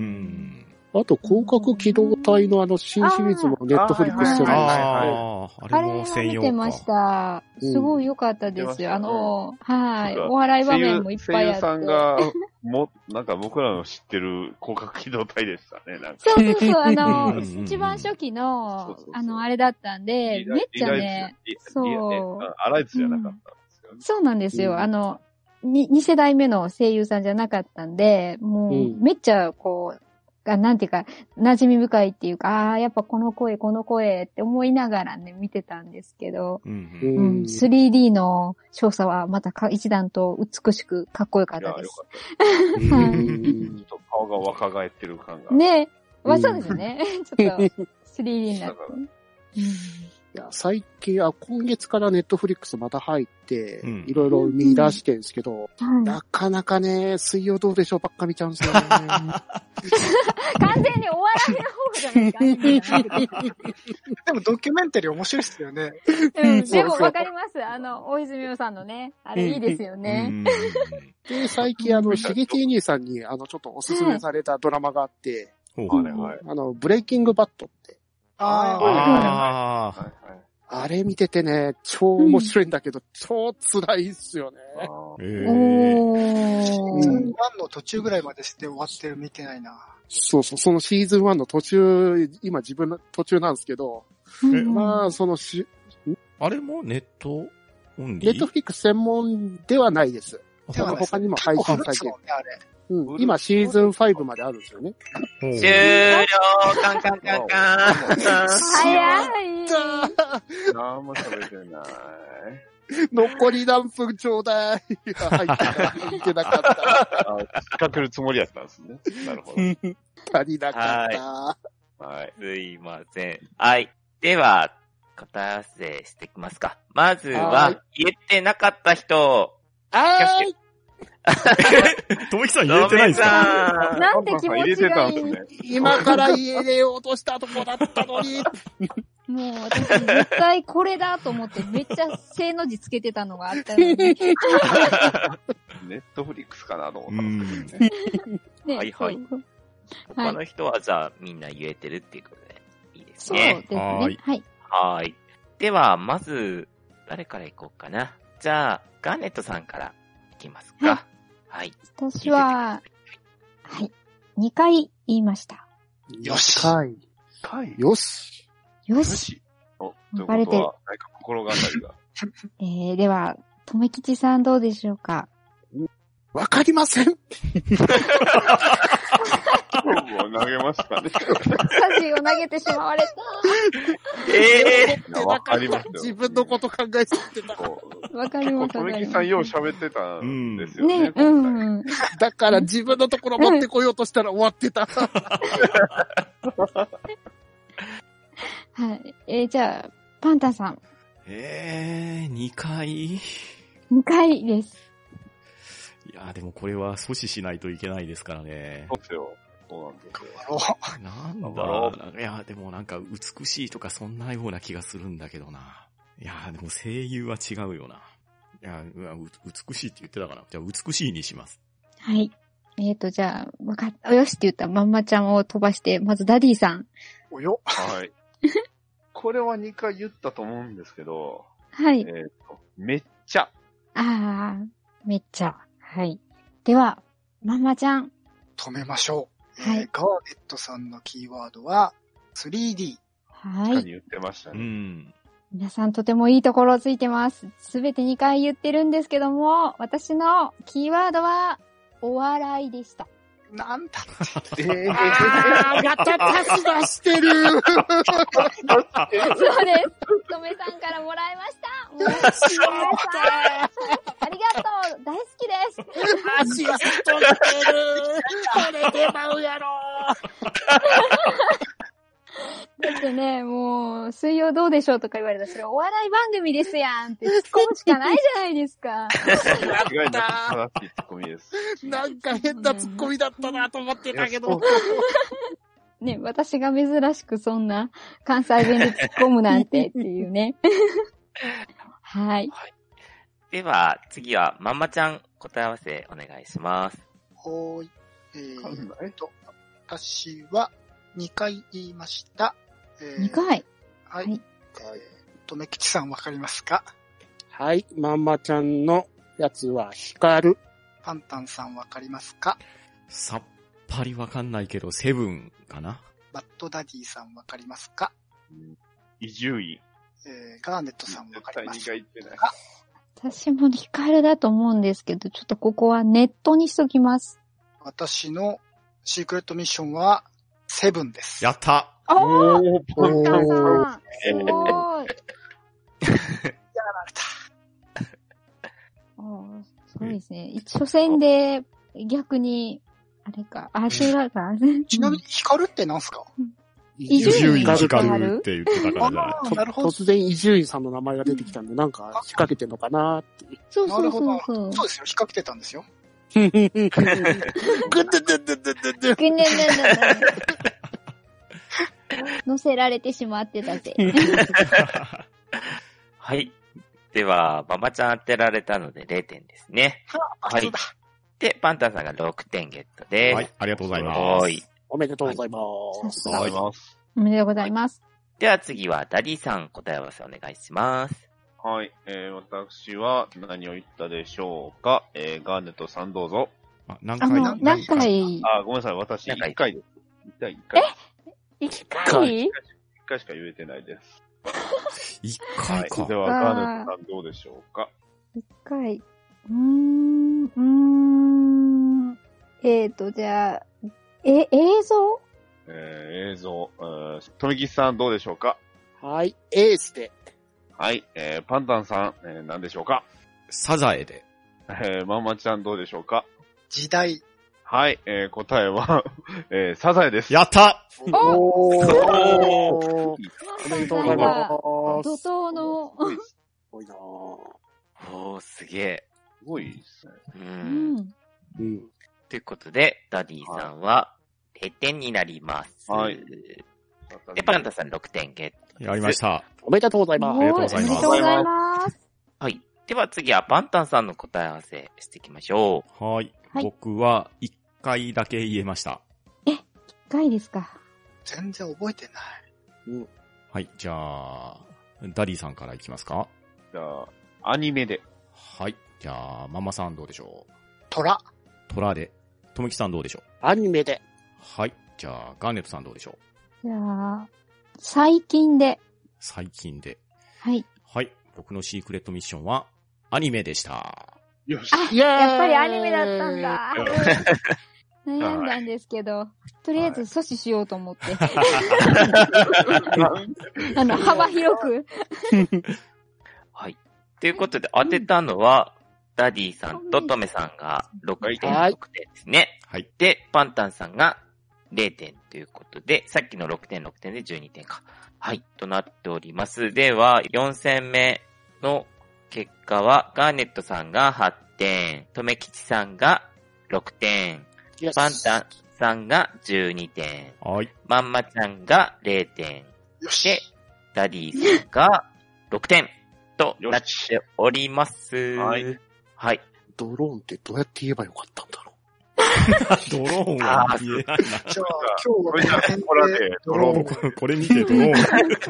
Speaker 3: ん。
Speaker 2: あと、広角機動隊のあの、新シリーズもネットフリックス
Speaker 7: あーはい
Speaker 2: で。
Speaker 3: ああ、あ
Speaker 1: あ
Speaker 3: れ
Speaker 1: れ
Speaker 3: も
Speaker 1: は
Speaker 3: 専
Speaker 1: 見
Speaker 3: 用
Speaker 1: てまし
Speaker 3: か。
Speaker 1: た。
Speaker 2: うん
Speaker 1: すごい良かったで
Speaker 6: 見てまし
Speaker 1: す
Speaker 6: た
Speaker 1: よ。
Speaker 6: よ
Speaker 1: あの、はい。
Speaker 6: てか
Speaker 1: お笑い場
Speaker 6: 声優
Speaker 1: 面もいっぱいあって。
Speaker 6: 声優さんが、も、なんか僕らの知ってる広角機動隊でしたね、なんか。
Speaker 1: そうそうそう、あの、
Speaker 3: うん
Speaker 1: 一番初期
Speaker 6: そう
Speaker 1: の
Speaker 6: そうそ、う
Speaker 1: あの、あれだったんで、めっちゃね、
Speaker 6: リライツ、
Speaker 1: そう
Speaker 6: リラリラあライツじゃなかったんですよね。
Speaker 1: そうなんです
Speaker 2: うん
Speaker 1: よ。あの、に、2世代目の声優さんじゃなかったんで、も
Speaker 2: う
Speaker 1: う、
Speaker 2: ん
Speaker 1: めっちゃ、こう、がなんていうか、馴染み深いっていうか、ああー、やっぱこの声、この声って思いながらね、見てたんですけど、
Speaker 3: うん
Speaker 2: う
Speaker 3: うん。
Speaker 1: うん、
Speaker 2: ん。
Speaker 1: 3D の少佐はまたか一段と美しくかっこよかっ
Speaker 6: いや、
Speaker 1: た
Speaker 6: よか
Speaker 1: で
Speaker 6: っ
Speaker 1: す。
Speaker 6: た
Speaker 1: は
Speaker 2: う
Speaker 1: い
Speaker 6: です。ちょ
Speaker 2: ん
Speaker 6: っと顔が若返ってる感が。。
Speaker 1: ねえ、ま
Speaker 2: う
Speaker 1: あ、
Speaker 2: ん
Speaker 1: そうですね。 ちょっと 3D になって。
Speaker 2: いや最近、あ、今月からネットフリックスまた入って
Speaker 3: うん、
Speaker 2: いろいろ見出してるんですけど、
Speaker 1: うんはい
Speaker 2: なかなかね、水曜どうでしょうばっか見ちゃうんですよね。
Speaker 1: 完全にお笑いの方じゃないかアニメじゃないですか。
Speaker 5: でもドキュメンタリー面白いですよね。
Speaker 1: うんで
Speaker 2: そう
Speaker 1: も
Speaker 2: そう
Speaker 1: わかります。あの、大泉洋さんのね、あれいいですよ
Speaker 3: うんうんう
Speaker 1: ね。
Speaker 3: ん
Speaker 2: で、最近あの、しげき兄さんに、あの、ちょっとおすすめされたドラマがあって、
Speaker 3: ほうほ
Speaker 6: は
Speaker 3: う
Speaker 6: いはい。
Speaker 2: あの、ブレイキングバットって、
Speaker 5: ああ、
Speaker 3: ああ、
Speaker 6: はいはい。
Speaker 2: あれ見ててね、超面白いんだけど、超辛いっすよね。
Speaker 6: あ
Speaker 3: ええ
Speaker 1: お
Speaker 5: シー
Speaker 1: ー
Speaker 5: ズン1の途中ぐらいまでして終わってる見てないな。
Speaker 2: そうそう、そのシーズン1の途中、今自分の途中なんですけど、
Speaker 1: うん
Speaker 2: まあ、そのし、
Speaker 3: あれもネットオンリ
Speaker 2: ネ
Speaker 3: ー
Speaker 2: ットフリックス専門ではないです。
Speaker 5: ではないです
Speaker 2: 他にも
Speaker 5: 結
Speaker 2: 配
Speaker 5: 構
Speaker 2: 信
Speaker 5: 古いで
Speaker 2: され
Speaker 5: す
Speaker 2: てる
Speaker 5: もんね、あれ。
Speaker 2: うん、今シーズン5まであるんですよね。
Speaker 3: ほう
Speaker 4: 終了カンカンカンカン
Speaker 1: 早い。
Speaker 6: 何も喋ってない。
Speaker 2: 残り何分ちょうだい。いや入ってたいけなか
Speaker 6: あ、
Speaker 2: っ
Speaker 6: 引っ掛けるつもりやったんですね。なるほど。
Speaker 2: た。足りな かった。
Speaker 6: はい。
Speaker 4: すいません。はい。では、答え合わせしていきますか。まず
Speaker 2: は、
Speaker 4: はい言ってなかった人。
Speaker 2: あーい
Speaker 3: ともきさん言えてないんですか
Speaker 4: ロメさん
Speaker 7: なんて気
Speaker 6: 入
Speaker 7: 持
Speaker 6: れ
Speaker 7: ち
Speaker 6: て
Speaker 7: が
Speaker 6: たん
Speaker 7: い
Speaker 6: で
Speaker 7: い
Speaker 6: す。ね。
Speaker 2: 今から入れようとしたとこだったの に。
Speaker 1: もう私絶対これだと思ってめっちゃ正の字つけてたのがあったのに。ね、
Speaker 6: ネットフリックスかなと思
Speaker 3: う
Speaker 6: ったんです
Speaker 3: ん。
Speaker 6: けどね。
Speaker 4: はいはい
Speaker 1: そう
Speaker 4: 他の人はじゃあみんな言えてるっていうことで、いいです
Speaker 1: そう
Speaker 4: ね
Speaker 1: で。すね。
Speaker 3: は
Speaker 1: はいい。
Speaker 4: はーい。では、まず、誰から行こうかな。じゃあ、ガーネットさんから行きますか。はい。
Speaker 1: 私は、はい。2回言いました。
Speaker 5: よし
Speaker 2: はい。
Speaker 6: はい。
Speaker 2: よし。
Speaker 1: よ
Speaker 6: よ
Speaker 1: し。。
Speaker 6: お、ということは、
Speaker 1: バレてる
Speaker 6: 何か心がかりが。
Speaker 1: えー、では、とめきちさんどうでしょうか
Speaker 2: わかりません。
Speaker 6: もう投げましたね。
Speaker 7: サジを投げてしまわれ
Speaker 4: ええ
Speaker 6: いやわかりますよ。
Speaker 2: 自分のこと考えすぎてた。
Speaker 6: こ
Speaker 1: た。わか
Speaker 6: う。
Speaker 1: り
Speaker 6: 結構、
Speaker 1: ます
Speaker 6: と
Speaker 1: わか
Speaker 6: め
Speaker 1: りま
Speaker 6: き
Speaker 1: す
Speaker 6: さんよう喋ってたんですよね。
Speaker 1: ね、うん
Speaker 6: 今回
Speaker 1: うん。
Speaker 2: だから自分のところ持ってこようとしたら終わってた。
Speaker 1: はい。えー、じゃあ、パンタさん、
Speaker 3: えー、2回い
Speaker 1: 2回です。
Speaker 3: や、でもこれは阻止しないといけないですから ね
Speaker 6: そ。うですよ。そうなんですよ。
Speaker 5: あの
Speaker 3: なんだろ
Speaker 6: ろ
Speaker 3: う。いや、でもなんか美しいとかそんなような気がするんだけどな。いや、でも声優は違うよな。いや、うわう美しいって言ってたから。じゃあ美しいにします。
Speaker 1: はい。えー、と、じゃあ、わかった。よしって言ったまんまちゃんを飛ばして、まずダディさん。
Speaker 5: およ。
Speaker 6: はい。 これは2回言ったと思うんですけど、
Speaker 1: は
Speaker 6: えっ
Speaker 1: い。
Speaker 6: と、めっちゃ、
Speaker 1: あー、めっちゃ。はい。では、まんまちゃん。
Speaker 5: 止めましょう。
Speaker 1: はい
Speaker 5: えーガーネットさんのキーワードは 3D。
Speaker 1: は
Speaker 6: 確か
Speaker 1: い
Speaker 6: に。言ってました
Speaker 3: う
Speaker 6: ね。
Speaker 3: ん。
Speaker 1: 皆さんとてもいいところをついてます。すべて2回言ってるんですけども、私のキーワードは、お笑いでした。
Speaker 5: なんだ
Speaker 6: えー
Speaker 2: あー、またパス出してる。
Speaker 1: そうです。とめさんからもらいました。もう、皆さ ん、ありがとう。大好きです。
Speaker 2: 足がすっ飛んでる。これ出番やろ。
Speaker 1: だってね、もう、水曜どうでしょうとか言われたら、それお笑い番組ですやんって突っ込むしかないじゃないです か。
Speaker 6: 間違いなく正しいツッコミです。
Speaker 2: なんか変なツッコミだったなと思ってたけ
Speaker 6: い
Speaker 2: ど。
Speaker 1: ね、私が珍しくそんな関西弁で突っ込むなんてっていう ね。はい。
Speaker 4: では、次は、まんまちゃん、答え合わせお願いします。
Speaker 5: おーい。え
Speaker 6: わかん
Speaker 5: ー
Speaker 6: ない
Speaker 5: と、私は2回言いました。えー
Speaker 1: 2回。
Speaker 5: はい。
Speaker 1: はい
Speaker 5: とめきちさんわかりますか
Speaker 2: はい、まんまちゃんのやつは光る。
Speaker 5: パンタンさんわかりますか
Speaker 3: さっぱりわかんないけど、セブンかな
Speaker 5: バッドダディさんわかりますか
Speaker 6: 伊集院。
Speaker 5: えーガーネットさんわか
Speaker 6: 絶
Speaker 5: り
Speaker 6: 対
Speaker 5: ま
Speaker 6: 2
Speaker 5: すか
Speaker 6: 回言ってない。
Speaker 1: 私もヒカルだと思うんですけど、ちょっとここはネットにしときます。
Speaker 5: 私のシークレットミッションはセブンです。
Speaker 3: やった
Speaker 1: あー
Speaker 6: お
Speaker 2: お
Speaker 1: お母さん、す
Speaker 2: ー
Speaker 1: ごい。
Speaker 5: やられた。
Speaker 1: おーそうですね。初戦で逆に、あれか、あ、違うか。
Speaker 5: ちなみに、ヒカルってなんすか
Speaker 1: 伊集院
Speaker 3: 光
Speaker 1: 光
Speaker 2: 光
Speaker 1: る
Speaker 3: って言ってたからじゃない
Speaker 5: あ
Speaker 2: と
Speaker 5: ーなるほど。
Speaker 2: 突然伊集院さんの名前が出てきたんで、なんか仕掛けてんのかなって。
Speaker 1: そう
Speaker 5: な
Speaker 1: そ
Speaker 5: る
Speaker 1: う
Speaker 5: ほど
Speaker 1: そうそう。
Speaker 5: そうですよ、引っ掛けてたんですよ。
Speaker 2: ぐでででででで。
Speaker 1: ぐねねねねね乗せられてしまってたぜ。
Speaker 4: はい。では、まんまちゃん当てられたので0点ですね。
Speaker 5: あ
Speaker 4: はい
Speaker 5: そうだ。
Speaker 4: で、パンタンさんが6点ゲットです。
Speaker 3: はい、ありがとうございま
Speaker 4: は
Speaker 3: す。
Speaker 4: い。
Speaker 2: おめでとうございま
Speaker 6: あ
Speaker 2: す。
Speaker 6: りがとうございます。
Speaker 1: おめでとうございます。
Speaker 4: では次は、ダディさん、答え合わせお願いします。
Speaker 6: はい、えー、私は何を言ったでしょうか。えー、ガーネットさんどうぞ。
Speaker 3: あ何
Speaker 1: あ
Speaker 3: 回
Speaker 1: の、何回
Speaker 6: あー、ごめんなさい、私
Speaker 4: なんか
Speaker 6: 1回です。1回、1回。
Speaker 1: 一
Speaker 2: 回
Speaker 1: 回
Speaker 6: 1回しか言えてないです。
Speaker 3: 一
Speaker 6: は
Speaker 3: 回
Speaker 6: い。
Speaker 3: か
Speaker 6: で。は、ガーネットさんどうでしょうか。
Speaker 1: 一回。うーん、うーん。えーと、じゃあ、え、映像
Speaker 6: えー、映像、えー、とめきさんどうでしょうか。
Speaker 2: はい、エースで。
Speaker 6: はい、えー、パンタンさん、えー、何でしょうか。
Speaker 3: サザエで。
Speaker 6: えー、まんまちゃんどうでしょうか。
Speaker 5: 時代。
Speaker 6: はい、えー、答えは、 えー、サザエです。
Speaker 3: やった
Speaker 2: お
Speaker 6: お
Speaker 2: おおめでとうござ
Speaker 1: が
Speaker 2: いま
Speaker 1: 怒
Speaker 2: す。す
Speaker 1: 涛の、
Speaker 6: す
Speaker 2: ごいな
Speaker 4: おー、すげえ。
Speaker 6: ごいですね。
Speaker 4: う。
Speaker 1: うんん。
Speaker 2: うん。
Speaker 4: ということで、ダディさんは0点になります。
Speaker 6: はい
Speaker 4: で、パンタさん6点ゲットです。
Speaker 3: やりました。
Speaker 2: おめでとうござい
Speaker 1: す
Speaker 2: ます。
Speaker 1: ごいお
Speaker 3: あ
Speaker 1: め
Speaker 3: りがとうござい
Speaker 1: で
Speaker 3: ます
Speaker 1: とうございます。
Speaker 4: はい。では次は、パンタンさんの答え合わせしていきましょう。
Speaker 3: はい。
Speaker 1: はい
Speaker 3: 僕は一回だけ言えました。
Speaker 1: 一回ですか。
Speaker 5: 全然覚えてない。
Speaker 3: はい。じゃあ、ダディさんからいきますか。
Speaker 6: じゃあ、アニメで。
Speaker 3: はい。じゃあ、ママさんどうでしょう
Speaker 5: 虎。
Speaker 3: 虎で。ともきさんどうでしょ
Speaker 2: アニメで。
Speaker 3: うはい。じゃあ、ガーネットさんどうでしょう
Speaker 1: じゃあ、最近で。
Speaker 3: 最近で。
Speaker 1: はい。
Speaker 3: はい。僕のシークレットミッションは、アニメでした。
Speaker 6: よし。
Speaker 7: や
Speaker 2: や
Speaker 7: っぱりアニメだったん。だ。
Speaker 1: 悩んだんですけど、とりあえず阻止しようと思 って。あの、幅広く。
Speaker 4: はい。ということで、当てたのは、ダディさんとトメさんが6点
Speaker 2: はい
Speaker 4: 6点ですね。
Speaker 3: はい。
Speaker 4: で、パンタンさんが0点ということで、さっきの6点6点で12点か。はい、となっております。では、4戦目の結果は、ガーネットさんが8点、とめきちさんが6点、
Speaker 2: Yes
Speaker 4: パンタンさんが12点、
Speaker 3: はい。
Speaker 4: まんまちゃんが0点、
Speaker 5: よ
Speaker 4: で
Speaker 5: し。、
Speaker 4: ダディさんが6点となっております。
Speaker 6: はい。
Speaker 4: はい。
Speaker 2: ドローンってどうやって言えばよかったんだろ
Speaker 3: ドローンは見えない
Speaker 5: じゃあ、
Speaker 6: こ
Speaker 5: 今
Speaker 6: れ
Speaker 5: 日
Speaker 6: じゃ
Speaker 5: は
Speaker 6: あ、これで、ドロー
Speaker 3: な。これこれ見てドローン。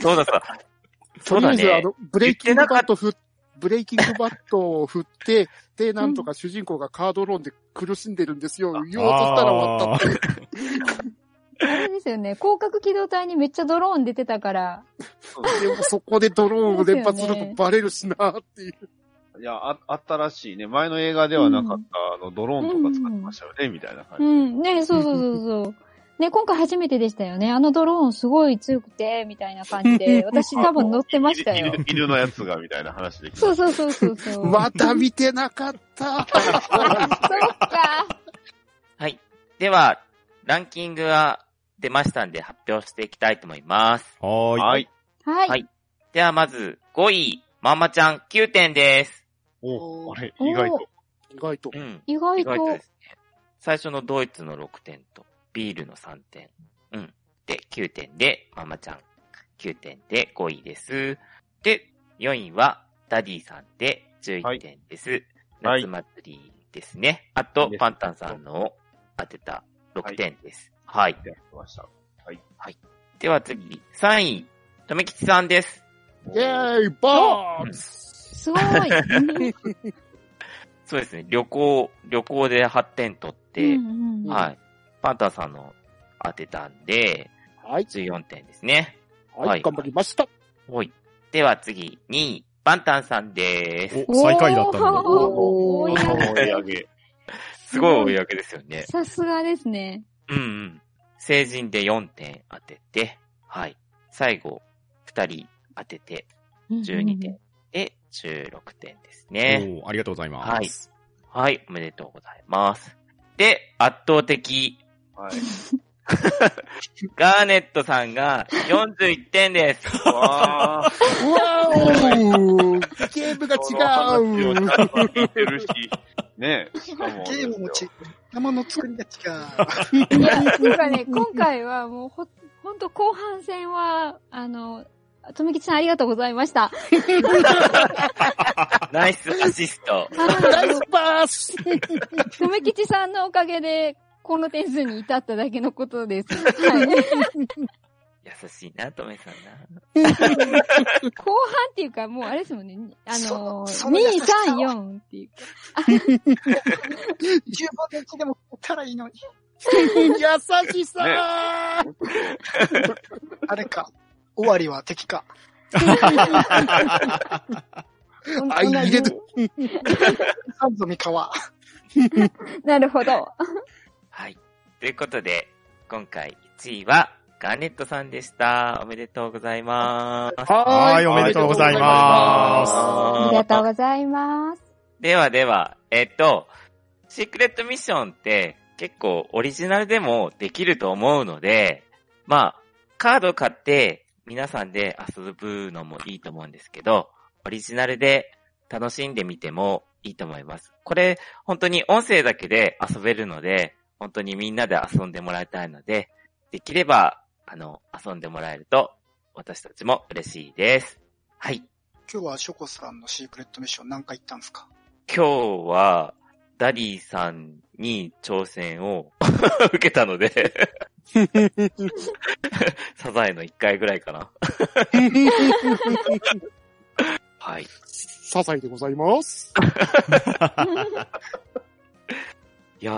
Speaker 4: そうだそうだ。
Speaker 2: う。
Speaker 4: そうだね
Speaker 2: とりあえず、あの、ブレイキングバット振っブレイキングバットを振って、で、なんとか主人公がカードローンで苦しんでるんですよ。言おうとしたら終わった。
Speaker 3: った。
Speaker 1: あれですよね、広角機動隊にめっちゃドローン出てたから、
Speaker 2: でもそこでドローンを連発する
Speaker 1: ですよ
Speaker 2: と
Speaker 1: ね
Speaker 2: バレるしなっていう。
Speaker 6: ン。いやあ、あったらしいね。前の映画ではなかった、あの、ドローンとか使ってましたよね、みたいな感
Speaker 1: う
Speaker 6: じ。
Speaker 1: ん、ね、そうそうそうそう。ね、今回初めてでしたよね。あのドローンすごい強くて、みたいな感じで、私多分乗ってました よ。
Speaker 6: 犬犬のやつが、みたいな話でき
Speaker 1: そう
Speaker 6: た。
Speaker 1: そうそうそうそう。
Speaker 2: また見てなかった。
Speaker 1: そっか。
Speaker 4: はい。では、ランキングが出ましたんで発表していきたいと思います。
Speaker 3: はーい。
Speaker 6: はい。
Speaker 1: はい。
Speaker 4: はいでは、まず5位、まんまちゃん9点です。
Speaker 6: おあれ、意外
Speaker 1: お
Speaker 6: と。
Speaker 2: 意外と。
Speaker 4: ん。
Speaker 1: 意外
Speaker 4: 意外とで
Speaker 1: と。
Speaker 4: すね。最初のドイツの6点と、ビールの3点。うん。で、9点で、まんまちゃん9点で5位です。で、4位は、ダディさんで11点です。
Speaker 6: はい
Speaker 4: 夏祭りですね。あと
Speaker 6: いいで、す
Speaker 4: パンタンさんのを当てた6点です。はい
Speaker 6: やってました。
Speaker 4: では次、3位、とめきちさんです。
Speaker 2: イェーイバーン
Speaker 1: すごい。
Speaker 4: そうですね、旅行、旅行で8点取って、
Speaker 1: うんうん
Speaker 4: はい。パンターさんの当てたんで、
Speaker 2: はい、
Speaker 4: 14点ですね。は
Speaker 2: はいい、頑張りました。
Speaker 4: はい。では次、2位、パンタンさんです。
Speaker 3: お、最下位だったのに。
Speaker 1: おー
Speaker 2: お
Speaker 1: 追
Speaker 2: ー
Speaker 1: い上げ
Speaker 6: 追い上げ。
Speaker 4: すごい追い上げですよね。
Speaker 1: さすがですね。
Speaker 4: うんうん。成人で4点当てて、はい。最後、2人当てて、12点で16点ですね。
Speaker 3: おーありがとうございます。
Speaker 4: はい、おめでとうございます。で、圧倒的、
Speaker 6: はい。
Speaker 4: ガーネットさんが41点です。
Speaker 6: わー。
Speaker 2: わーおゲームが違う
Speaker 6: 言ってるし、ねしかも。
Speaker 5: ゲームもち、頭の作りが違う。
Speaker 1: いや、っていうかね、今回はもうほ、ほんと後半戦は、あの、とめきちさんありがとうございました。
Speaker 4: ナイスアシスト。
Speaker 1: あ
Speaker 2: ナイ
Speaker 1: の
Speaker 2: ス、パス
Speaker 1: とめきちさんのおかげで、この点数に至っただけのことです。はい
Speaker 4: 優しいな、とめさんな。
Speaker 1: 後半っていうか、もうあれですもんね。あの、2
Speaker 5: そその優し、さ
Speaker 1: 3、4っていう。
Speaker 5: 15分1でも買ったらいいのに。
Speaker 2: 優しさー
Speaker 5: あれか。終わりは敵か。
Speaker 2: あ、入れて、
Speaker 5: サンゾミカワ。
Speaker 1: なるほど。
Speaker 4: はい。ということで、今回1位はガーネットさんでした。おめでとうございます。
Speaker 3: は
Speaker 2: は
Speaker 3: ーい、おめでとうございま
Speaker 1: ありがとうございます。
Speaker 4: ではでは、えっと、シークレットミッションって結構オリジナルでもできると思うので、まあ、カード買って皆さんで遊ぶのもいいと思うんですけど、オリジナルで楽しんでみてもいいと思います。これ、本当に音声だけで遊べるので、本当にみんなで遊んでもらいたいので、できれば、あの、遊んでもらえると、私たちも嬉しいです。はい。
Speaker 5: 今日はショコさんのシークレットミッション何回行ったんですか
Speaker 4: 今日は、ダディさんに挑戦を 受けたので、 サザエの1回ぐらいかな。はい。
Speaker 2: サザエでございます。
Speaker 4: いや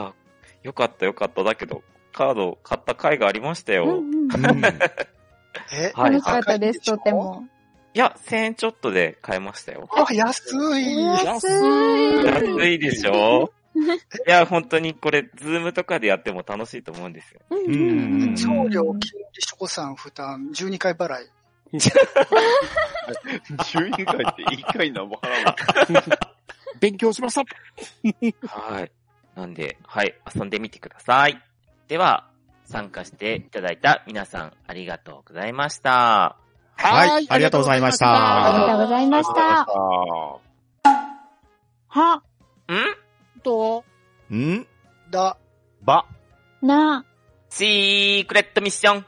Speaker 4: ー、よかったよかった。だけど、カード買った回がありましたよ。
Speaker 7: うんうん。
Speaker 3: うん
Speaker 5: え
Speaker 4: はい
Speaker 7: 楽しかったです、とて。も。
Speaker 4: いや、1000円ちょっとで買えましたよ。
Speaker 5: あ、安い。
Speaker 7: 安
Speaker 4: 安
Speaker 7: い。
Speaker 4: いでしょいや、本当にこれ、ズームとかでやっても楽しいと思うんですよ。
Speaker 7: うん
Speaker 3: うんうん
Speaker 5: 送料、金利、賞賛、負担、12回払い。
Speaker 6: 12回って1回なんぼ払うの
Speaker 2: 勉強しました
Speaker 4: はい。なんで、はい、遊んでみてください。では、参加していただいた皆さん、ありがとうございました。
Speaker 3: はいありがとうございました
Speaker 7: ありがとうございました。
Speaker 6: あ
Speaker 1: は、
Speaker 4: ん
Speaker 5: と、
Speaker 3: ん
Speaker 5: だ、
Speaker 6: ーば。
Speaker 7: な、
Speaker 4: シークレットミッション